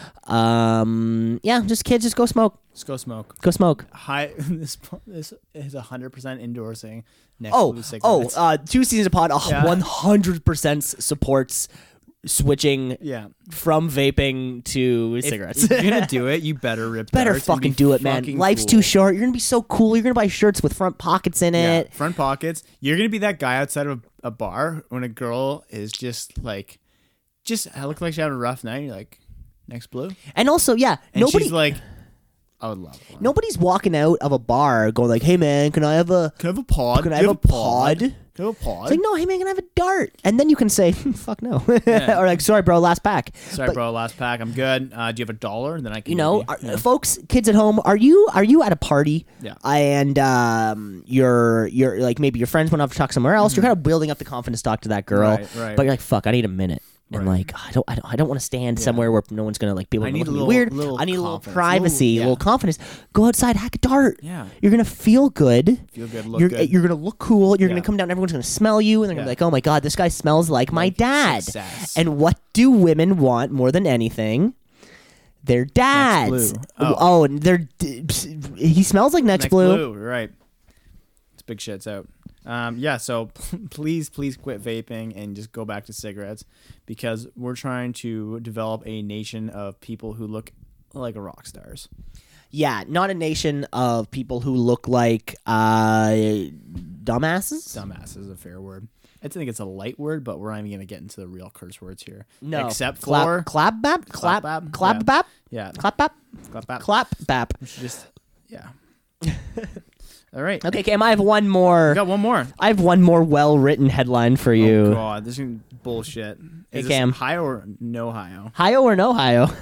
S2: Um, yeah, just kids, just go smoke.
S1: Let's go smoke.
S2: Go smoke. *laughs*
S1: Hi, this this is hundred percent endorsing. Next
S2: Oh,
S1: blue
S2: oh,
S1: cigarettes.
S2: uh, two seasons upon
S1: Yeah.
S2: *laughs* one hundred percent supports switching
S1: yeah.
S2: from vaping to cigarettes.
S1: If you're gonna do it. You better rip.
S2: *laughs* Better
S1: darts and
S2: fucking
S1: be
S2: do it, man.
S1: fucking
S2: Life's
S1: cool.
S2: too short. You're gonna be so cool. You're gonna buy shirts with front pockets in
S1: Yeah,
S2: it.
S1: front pockets. You're gonna be that guy outside of a, a bar when a girl is just like, just I look like she had a rough night. You're like, next blue,
S2: And also, yeah,
S1: and
S2: nobody.
S1: she's like, I would love one.
S2: Nobody's walking out of a bar going like, "Hey man, can I have a?"
S1: Can I have a pod?
S2: Can I
S1: Do you
S2: have a pod?
S1: Can I have a pod?
S2: It's like, no, hey man, can I have a dart? And then you can say, *laughs* "Fuck no," *laughs* or like, "Sorry, bro, last pack."
S1: Sorry, bro. Last pack. I'm good. Uh, do you have a dollar? And then I can.
S2: you know,
S1: maybe-
S2: are,
S1: yeah.
S2: folks, kids at home, are you are you at a party?
S1: Yeah.
S2: And um, you're you're like maybe your friends went off to talk somewhere else. You're kind of building up the confidence talk to that girl,
S1: Mm-hmm. Right, right.
S2: but you're like, fuck, I need a minute. And
S1: Right.
S2: like I don't, I don't, I don't want to stand somewhere where no one's gonna like be able
S1: I
S2: to
S1: need
S2: look
S1: a
S2: at me
S1: little-
S2: weird.
S1: little
S2: I need a little
S1: confidence.
S2: privacy,
S1: Ooh,
S2: a little
S1: yeah.
S2: confidence. Go outside, hack a dart.
S1: Yeah.
S2: You're gonna feel good.
S1: Feel good, look
S2: you're,
S1: good.
S2: You're gonna look cool. You're gonna
S1: Yeah.
S2: come down. Everyone's gonna smell you, and they're gonna
S1: Yeah.
S2: be like, "Oh my god, this guy smells like my dad."
S1: success.
S2: And what do women want more than anything? Their dads.
S1: Blue.
S2: Oh,
S1: Oh.
S2: and they're he smells like Next,
S1: Next
S2: Blue.
S1: blue. Right. It's big shits out. Um, yeah. So *laughs* please, please quit vaping and just go back to cigarettes because we're trying to develop a nation of people who look like rock stars.
S2: Yeah, not a nation of people who look like uh, dumbasses.
S1: Dumbass is a fair word. I think it's a light word, but we're not even gonna get into the real curse words here.
S2: No,
S1: Except for
S2: clap, clap, bap, clap,
S1: bap,
S2: clap,
S1: yeah.
S2: bap,
S1: yeah,
S2: clap, bap,
S1: clap, clap,
S2: clap,
S1: *laughs*
S2: bap.
S1: Just yeah.
S2: *laughs*
S1: All right.
S2: Okay, Cam, I have one more.
S1: We got one more.
S2: I have one more well-written headline for you.
S1: Oh god, this is bullshit.
S2: Hey,
S1: Is
S2: Cam.
S1: this high or no high?
S2: Ohio or no Ohio? *laughs*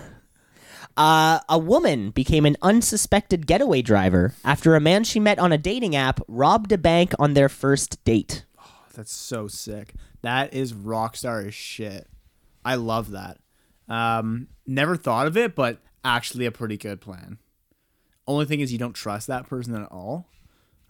S2: Uh, a woman became an unsuspected getaway driver after a man she met on a dating app robbed a bank on their first date.
S1: That's so sick. That is rock star as shit. I love that. Um, never thought of it, but actually a pretty good plan. Only thing is you don't trust that person at all,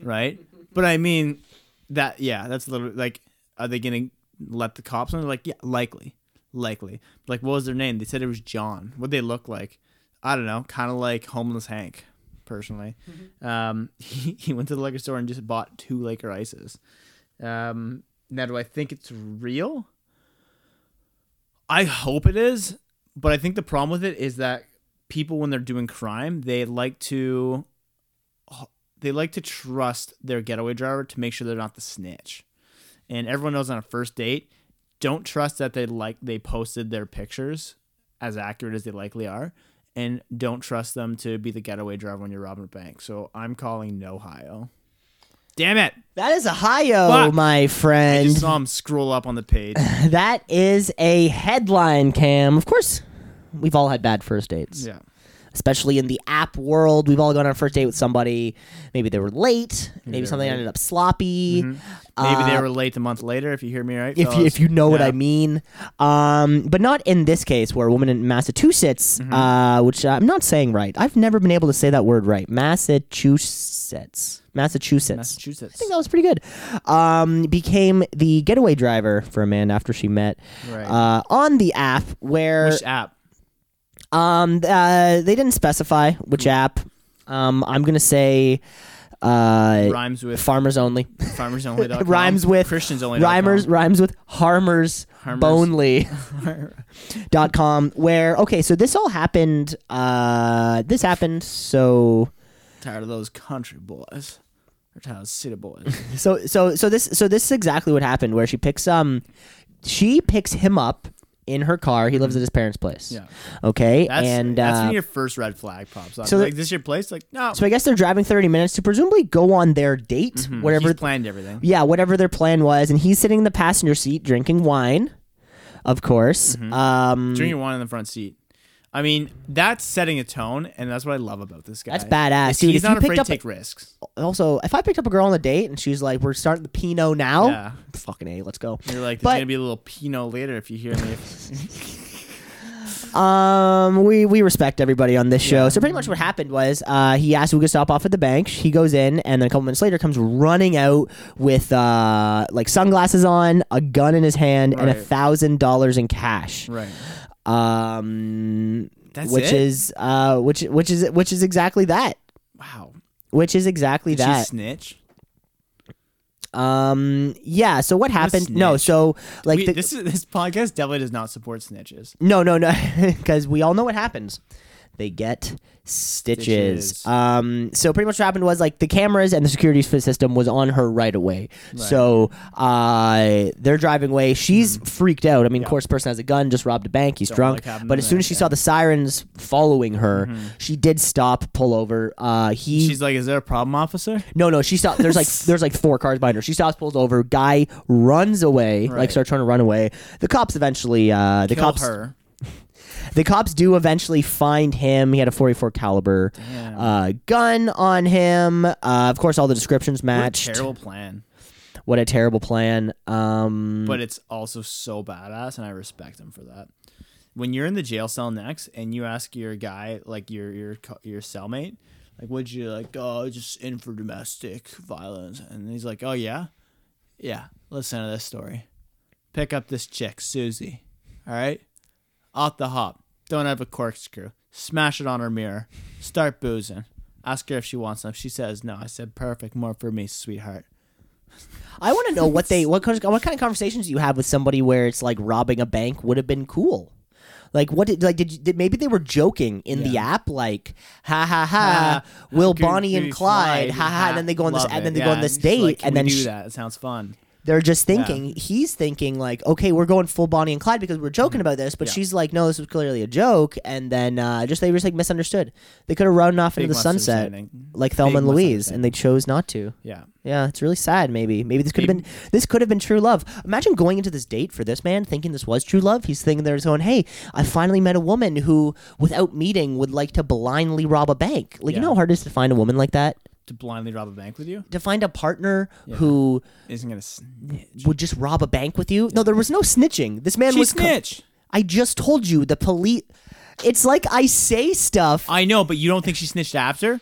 S1: right? but I mean, that yeah, that's a little like, are they gonna let the cops on? They're like, yeah, likely, likely. Like, what was their name? They said it was John. What they look like? I don't know. Kind of like homeless Hank, personally. Um, *laughs* he, he went to the liquor store and just bought two liquor ices. Um, now, do I think it's real? I hope it is, but I think the problem with it is that people, when they're doing crime, they like to they like to trust their getaway driver to make sure they're not the snitch. And everyone knows on a first date, don't trust that they like they posted their pictures as accurate as they likely are, and don't trust them to be the getaway driver when you're robbing a bank. So I'm calling no Ohio. Damn it!
S2: That is Ohio,
S1: Fuck.
S2: my
S1: I
S2: friend. *laughs*
S1: just saw him scroll up on the page.
S2: that is a headline, Cam. Of course, we've all had bad first dates.
S1: yeah.
S2: especially in the app world. We've all gone on a first date with somebody. Maybe they were late. Maybe,
S1: they were
S2: something
S1: late. Mm-hmm.
S2: ended up sloppy.
S1: Maybe
S2: Uh,
S1: they were late a month later, if you hear me right.
S2: if you,
S1: fellas.
S2: if you know what
S1: Yeah.
S2: I mean. Um, but not in this case where a woman in Massachusetts,
S1: Mm-hmm.
S2: uh, which I'm not saying right. I've never been able to say that word right. Massachusetts. Massachusetts. I
S1: Massachusetts.
S2: think that was pretty good. Um, became the getaway driver for a man after she met
S1: Right.
S2: uh, on the app where
S1: Which app?
S2: um, uh, they didn't specify which
S1: Hmm.
S2: app. Um, I'm gonna say uh,
S1: Rhymes with
S2: farmers only.
S1: farmers only.
S2: *laughs* rhymes with
S1: Christians only.
S2: Rhymers rhymes with harmers,
S1: Harmers. *laughs*
S2: bonely dot com where okay so this all happened uh this happened so
S1: Tired of those country boys. They're tired of city
S2: *laughs*
S1: boys.
S2: so so so this so this is exactly what happened where she picks um she picks him up in her car he lives at his parents place
S1: Mm-hmm. Yeah.
S2: okay
S1: That's,
S2: and
S1: that's
S2: uh,
S1: when your first red flag pops up.
S2: so
S1: So
S2: the-
S1: like, this your place? Like, no.
S2: so I guess they're driving 30 minutes to presumably go on their date whatever
S1: Mm-hmm. He's planned everything.
S2: yeah, whatever their plan was, and he's sitting in the passenger seat drinking wine, of course.
S1: Mm-hmm.
S2: Um,
S1: Drinking wine in the front seat. I mean, that's setting a tone, and that's what I love about this guy.
S2: That's badass,
S1: Is
S2: dude.
S1: He's
S2: If you
S1: not
S2: picked
S1: afraid to
S2: up a-
S1: take risks.
S2: also, if I picked up a girl on a date and she's like, "We're starting the Pinot now,"
S1: Yeah.
S2: fucking a, let's go.
S1: You're like, there's
S2: Oh. But-
S1: gonna be a little Pinot later if you hear
S2: *laughs*
S1: me.
S2: Um, we we respect everybody on this show. So pretty much what happened was, uh, he asked if we could stop off at the bank. He goes in, and then a couple minutes later comes running out with uh like sunglasses on, a gun in his hand, and a
S1: Right.
S2: thousand dollars in cash.
S1: right.
S2: Um,
S1: That's
S2: which
S1: it?
S2: is uh, which which is which is exactly that.
S1: Wow.
S2: which is exactly
S1: Did she
S2: that.
S1: snitch?
S2: um, yeah. So what happened? No.
S1: snitch.
S2: So like
S1: We-
S2: the, *laughs*
S1: this is this podcast definitely does not support snitches.
S2: no, no, no, because we all know what happens. they get stitches.
S1: Stitches.
S2: Um, so pretty much what happened was like the cameras and the security f- system was on her right away. So uh, they're driving away. She's freaked out. I mean, of course, person has a gun, just robbed a bank. He's
S1: Hmm. Don't
S2: drunk.
S1: like having
S2: but as
S1: that,
S2: soon as she
S1: yeah. Mm-hmm.
S2: saw the sirens following her, she did stop, pull over. Uh, he
S1: She's like, "Is there a problem, officer?"
S2: no, no, she
S1: *laughs*
S2: stopped. There's like there's like four cars behind her. She stops, pulls over. Guy runs away, like
S1: Right.
S2: starts trying to run away. The cops eventually, uh, the
S1: Kill
S2: cops,
S1: her.
S2: the cops do eventually find him. He had a 44 caliber
S1: Damn.
S2: uh, gun on him. Uh, of course, all the descriptions
S1: What a
S2: matched.
S1: terrible plan,
S2: What a terrible plan. Um,
S1: but it's also so badass, and I respect him for that. When you're in the jail cell next, and you ask your guy, like your your co- your cellmate, like, "Would you like? Oh, just in for domestic violence," and he's like, "Oh yeah, yeah. Listen to this story. Pick up this chick, Susie. All right, off the hop. Don't have a corkscrew. Smash it on her mirror. Start boozing." Ask her if she wants some. She says no. I said, "Perfect, more for me, sweetheart."
S2: I want to know what they what kind of, what kind of conversations you have with somebody where it's like robbing a bank would have been cool. Like what did like did, you, did maybe they were joking in the
S1: Yeah.
S2: app like ha ha ha will
S1: Could-
S2: Bonnie
S1: could
S2: and
S1: you
S2: Clyde
S1: fly?
S2: ha ha and then they go on this
S1: Love
S2: and then
S1: it.
S2: they go on
S1: Yeah,
S2: this
S1: and she's
S2: date
S1: like, "Can
S2: and
S1: we
S2: then
S1: do
S2: sh-
S1: that. It sounds fun.
S2: they're just thinking he's thinking like okay we're going full Bonnie and Clyde because we're joking about this but
S1: Mm-hmm. Yeah.
S2: she's like no this was clearly a joke and then uh, just they were just like misunderstood they could have run off into
S1: Big
S2: the sunset
S1: misunderstanding.
S2: like Thelma
S1: Big
S2: and Louise and
S1: misunderstanding.
S2: they chose not to.
S1: Yeah.
S2: Yeah, it's really sad. Maybe, maybe this could have been
S1: Maybe-
S2: this could have been true love. Imagine going into this date for this man, thinking this was true love. He's thinking there's going, hey, I finally met a woman who, without meeting, would like to blindly rob a bank. Like you
S1: Yeah.
S2: know how hard it is to find a woman like that.
S1: To blindly rob a bank with you
S2: To find a partner who
S1: isn't gonna. Snitch.
S2: would just rob a bank with you. No, there was no snitching. This man
S1: She
S2: was. co-
S1: snitch.
S2: I just told you the police. It's like I say stuff.
S1: I know, but you don't think she snitched after?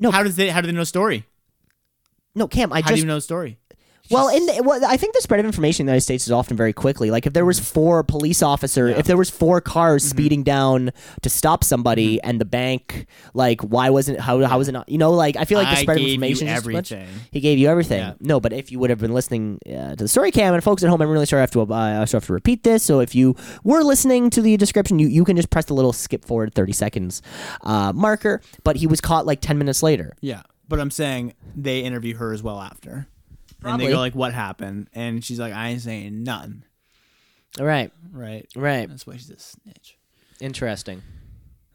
S2: No.
S1: How does they? How do they know the story?
S2: no, Cam. I
S1: How
S2: just
S1: do you know the story?
S2: Well, in the, well, I think the spread of information in the United States is often very quickly. Like if there was four police officer, if there was four cars
S1: Mm-hmm.
S2: speeding down to stop somebody, and the bank, like why wasn't how how was it not? You know, like I feel like the
S1: I
S2: spread of
S1: gave you
S2: information is just much-
S1: everything.
S2: He gave you everything.
S1: Yeah.
S2: No, but if you would have been listening uh, to the story cam, and folks at home, I'm really sorry I have to uh, I also have to repeat this. So if you were listening to the description, you you can just press the little skip forward 30 seconds uh, marker. But he was caught like 10 minutes later.
S1: Yeah, but I'm saying they interview her as well after, and
S2: Probably.
S1: they go like, "What happened?" And she's like, "I ain't saying nothing."
S2: All right,
S1: Right.
S2: right,
S1: That's why she's a snitch.
S2: interesting.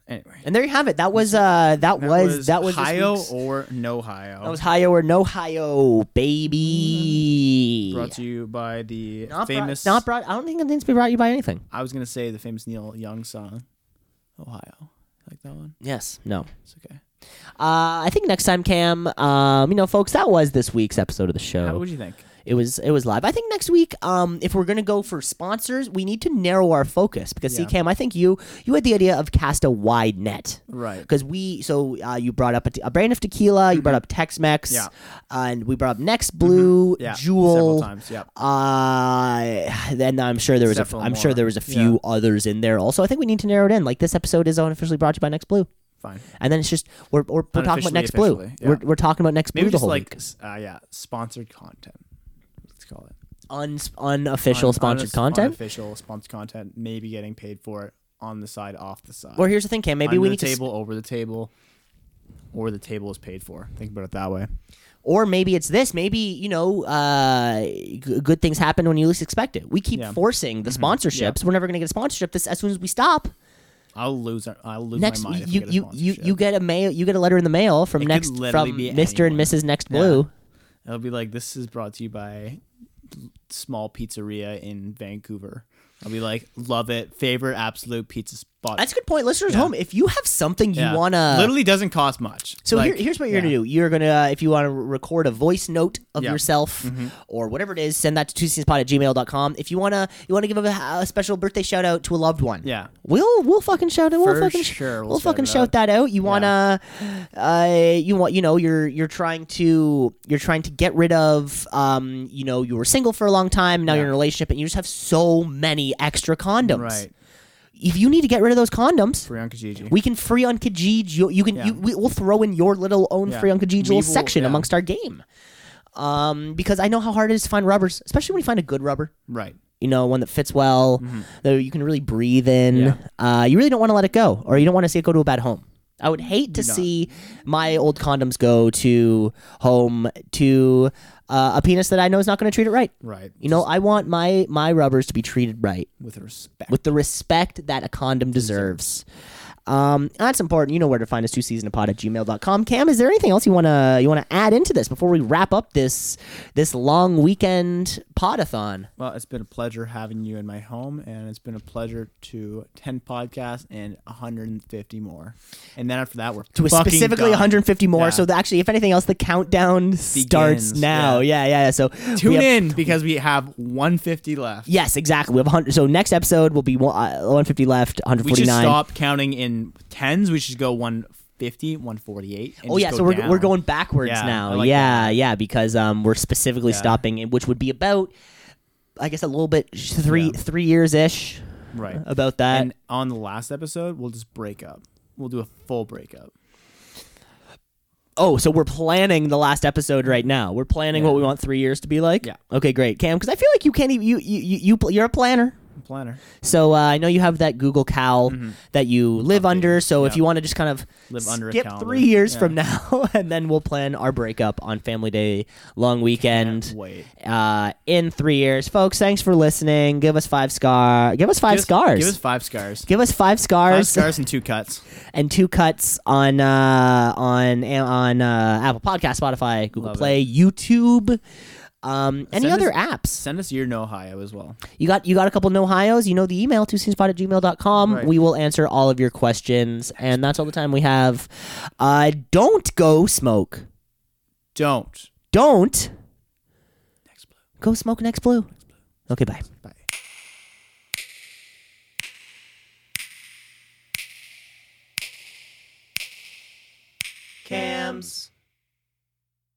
S1: Anyway,
S2: And there you have it. That was uh that, was, that was this
S1: Ohio
S2: week's-
S1: or no Ohio.
S2: that was Hio or no Hio, baby.
S1: brought to you by the
S2: not
S1: famous.
S2: brought, not brought. I don't think anything's been brought you by anything.
S1: I was gonna say the famous Neil Young song, Ohio. Like that one.
S2: Yes. No.
S1: It's okay.
S2: Uh, I think next time, Cam. Um, you know, folks, that was this week's episode of the show.
S1: What do you think?
S2: It was it was live. I think next week, um, if we're gonna go for sponsors, we need to narrow our focus because see,
S1: Yeah.
S2: Cam, I think you you had the idea of cast a wide net,
S1: Right. Mm-hmm.
S2: Because we so uh, you brought up a, te- a brand of tequila, you brought up Tex Mex,
S1: Yeah. Mm-hmm.
S2: and we brought up Next Blue,
S1: Yeah,
S2: Jewel,
S1: several times, yep.
S2: Uh, then I'm sure there was a f-
S1: Several
S2: I'm sure
S1: more.
S2: there was a few
S1: Yeah.
S2: others in there also. I think we need to narrow it in. Like this episode is unofficially brought to you by Next Blue.
S1: Fine.
S2: And then it's just we're, we're, we're talking about
S1: Unofficially,
S2: next blue.
S1: officially,
S2: We're,
S1: yeah.
S2: we're talking about next blue
S1: Maybe
S2: the
S1: just
S2: whole
S1: like
S2: week.
S1: s- uh, yeah, sponsored content. Let's call it
S2: Uns unofficial
S1: Un-
S2: sponsored
S1: unof-
S2: content.
S1: Unofficial sponsored content. Maybe getting paid for it on the side, off the side.
S2: Well, here's the thing, Cam. Maybe
S1: Under
S2: we
S1: the
S2: need to, s-
S1: table, over the table, or the table is paid for. Think about it that way.
S2: or maybe it's this. Maybe you know, uh, g- good things happen when you least expect it. We keep
S1: Yeah. Mm-hmm.
S2: forcing the sponsorships. We're never going to get a sponsorship. This as soon as we stop
S1: I'll lose. I'll lose
S2: next,
S1: my mind. if I
S2: you
S1: get a
S2: you you you
S1: sponsorship.
S2: get a mail. You get a letter in the mail from
S1: It could
S2: next
S1: literally
S2: from
S1: be
S2: Mister and
S1: anyone.
S2: Mrs. Next
S1: Yeah.
S2: Blue.
S1: It'll be like this is brought to you by small pizzeria in Vancouver. I'll be like, love it, favorite absolute pizza spot.
S2: That's a good point, listeners at
S1: Yeah.
S2: home. If you have something you
S1: Yeah.
S2: want to
S1: Literally doesn't cost much.
S2: So
S1: Like,
S2: here, here's what you're
S1: yeah.
S2: gonna do. You're gonna uh, if you want to record a voice note of
S1: Yeah. Mm-hmm.
S2: yourself or whatever it is, send that to two spot at gmail.com. If you wanna you wanna give a, a special birthday shout out to a loved one,
S1: Yeah.
S2: we'll we'll fucking shout it. We'll
S1: For
S2: fucking
S1: sure,
S2: we'll,
S1: we'll shout
S2: fucking
S1: it
S2: shout
S1: out.
S2: that out. You wanna uh you want you know you're you're trying to you're trying to get rid of um you know you were single for a long time now you're in a relationship and you just have so many extra condoms.
S1: Right.
S2: If you need to get rid of those condoms,
S1: Free on Kijiji.
S2: we can free on Kijij. You, you can
S1: Yeah.
S2: you, we, we'll throw in your little own
S1: Yeah.
S2: free on Kijij little
S1: We will-
S2: section
S1: yeah.
S2: amongst our game. Um, because I know how hard it is to find rubbers, especially when you find a good rubber.
S1: right.
S2: you know, one that fits well, that you can really breathe in.
S1: Mm-hmm. Yeah.
S2: Uh, you really don't want to let it go, or you don't want to see it go to a bad home. I would hate to
S1: not.
S2: see my old condoms go to home to uh, a penis that I know is not going to treat it right.
S1: Right.
S2: You know, I want my my rubbers to be treated right
S1: With respect.
S2: with the respect that a condom deserves. Um, that's important. You know where to find us, two seasonapod at gmail.com. Cam, is there anything else you wanna you wanna add into this before we wrap up this this long weekend podathon?
S1: Well, it's been a pleasure having you in my home, and it's been a pleasure to 10 podcasts and 150 more. And then after that, we're
S2: To a
S1: fucking
S2: specifically
S1: done.
S2: 150 more.
S1: Yeah.
S2: So the, actually, if anything else, the countdown starts
S1: Begins,
S2: now. Yeah, yeah, yeah. So
S1: Tune
S2: we have-
S1: in because we have 150 left.
S2: Yes, exactly. We have 100. So next episode will be one, uh, 150 left,
S1: We should
S2: 149.
S1: stop counting in tens. We should go 150, 148. and
S2: Oh
S1: just
S2: yeah,
S1: go
S2: so we're,
S1: down.
S2: we're going backwards
S1: Yeah, I
S2: now.
S1: like
S2: yeah, yeah, because um, we're specifically
S1: Yeah.
S2: stopping, in- which would be about, I guess, a little bit sh- three
S1: Yeah.
S2: three years ish
S1: Right.
S2: about that.
S1: and on the last episode, we'll just break up. We'll do a full breakup.
S2: oh, so we're planning the last episode right now. We're planning
S1: Yeah.
S2: what we want three years to be like.
S1: Yeah.
S2: Okay, great, Cam, because I feel like you can't even you you you, you pl- you're a planner.
S1: Planner.
S2: So uh, I know you have that Google Cal that you live
S1: Updated,
S2: under. So
S1: Mm-hmm.
S2: if
S1: yeah.
S2: you want to just kind of
S1: Live under a
S2: skip
S1: calendar.
S2: three years
S1: Yeah.
S2: from *laughs* now, and then we'll plan our breakup on Family Day long weekend.
S1: Can't wait.
S2: uh, in three years, folks. Thanks for listening. Give us five scar. Give us five
S1: Give us-
S2: scars.
S1: Give us five scars.
S2: Give us five
S1: Five
S2: scars,
S1: scars and two cuts.
S2: and two cuts on uh, on on uh, Apple Podcast, Spotify, Google
S1: Love
S2: Play, YouTube. Um, any
S1: Send
S2: other
S1: us-
S2: apps?
S1: Send us your no hio as well.
S2: You got you got a couple no hios. You know the email two spot at gmail.com.
S1: Right.
S2: We will answer all of your questions, and that's all the time we have. Uh, don't go smoke.
S1: Don't.
S2: Don't
S1: Next blue.
S2: go smoke next blue. Okay, bye.
S1: Bye.
S2: Cams.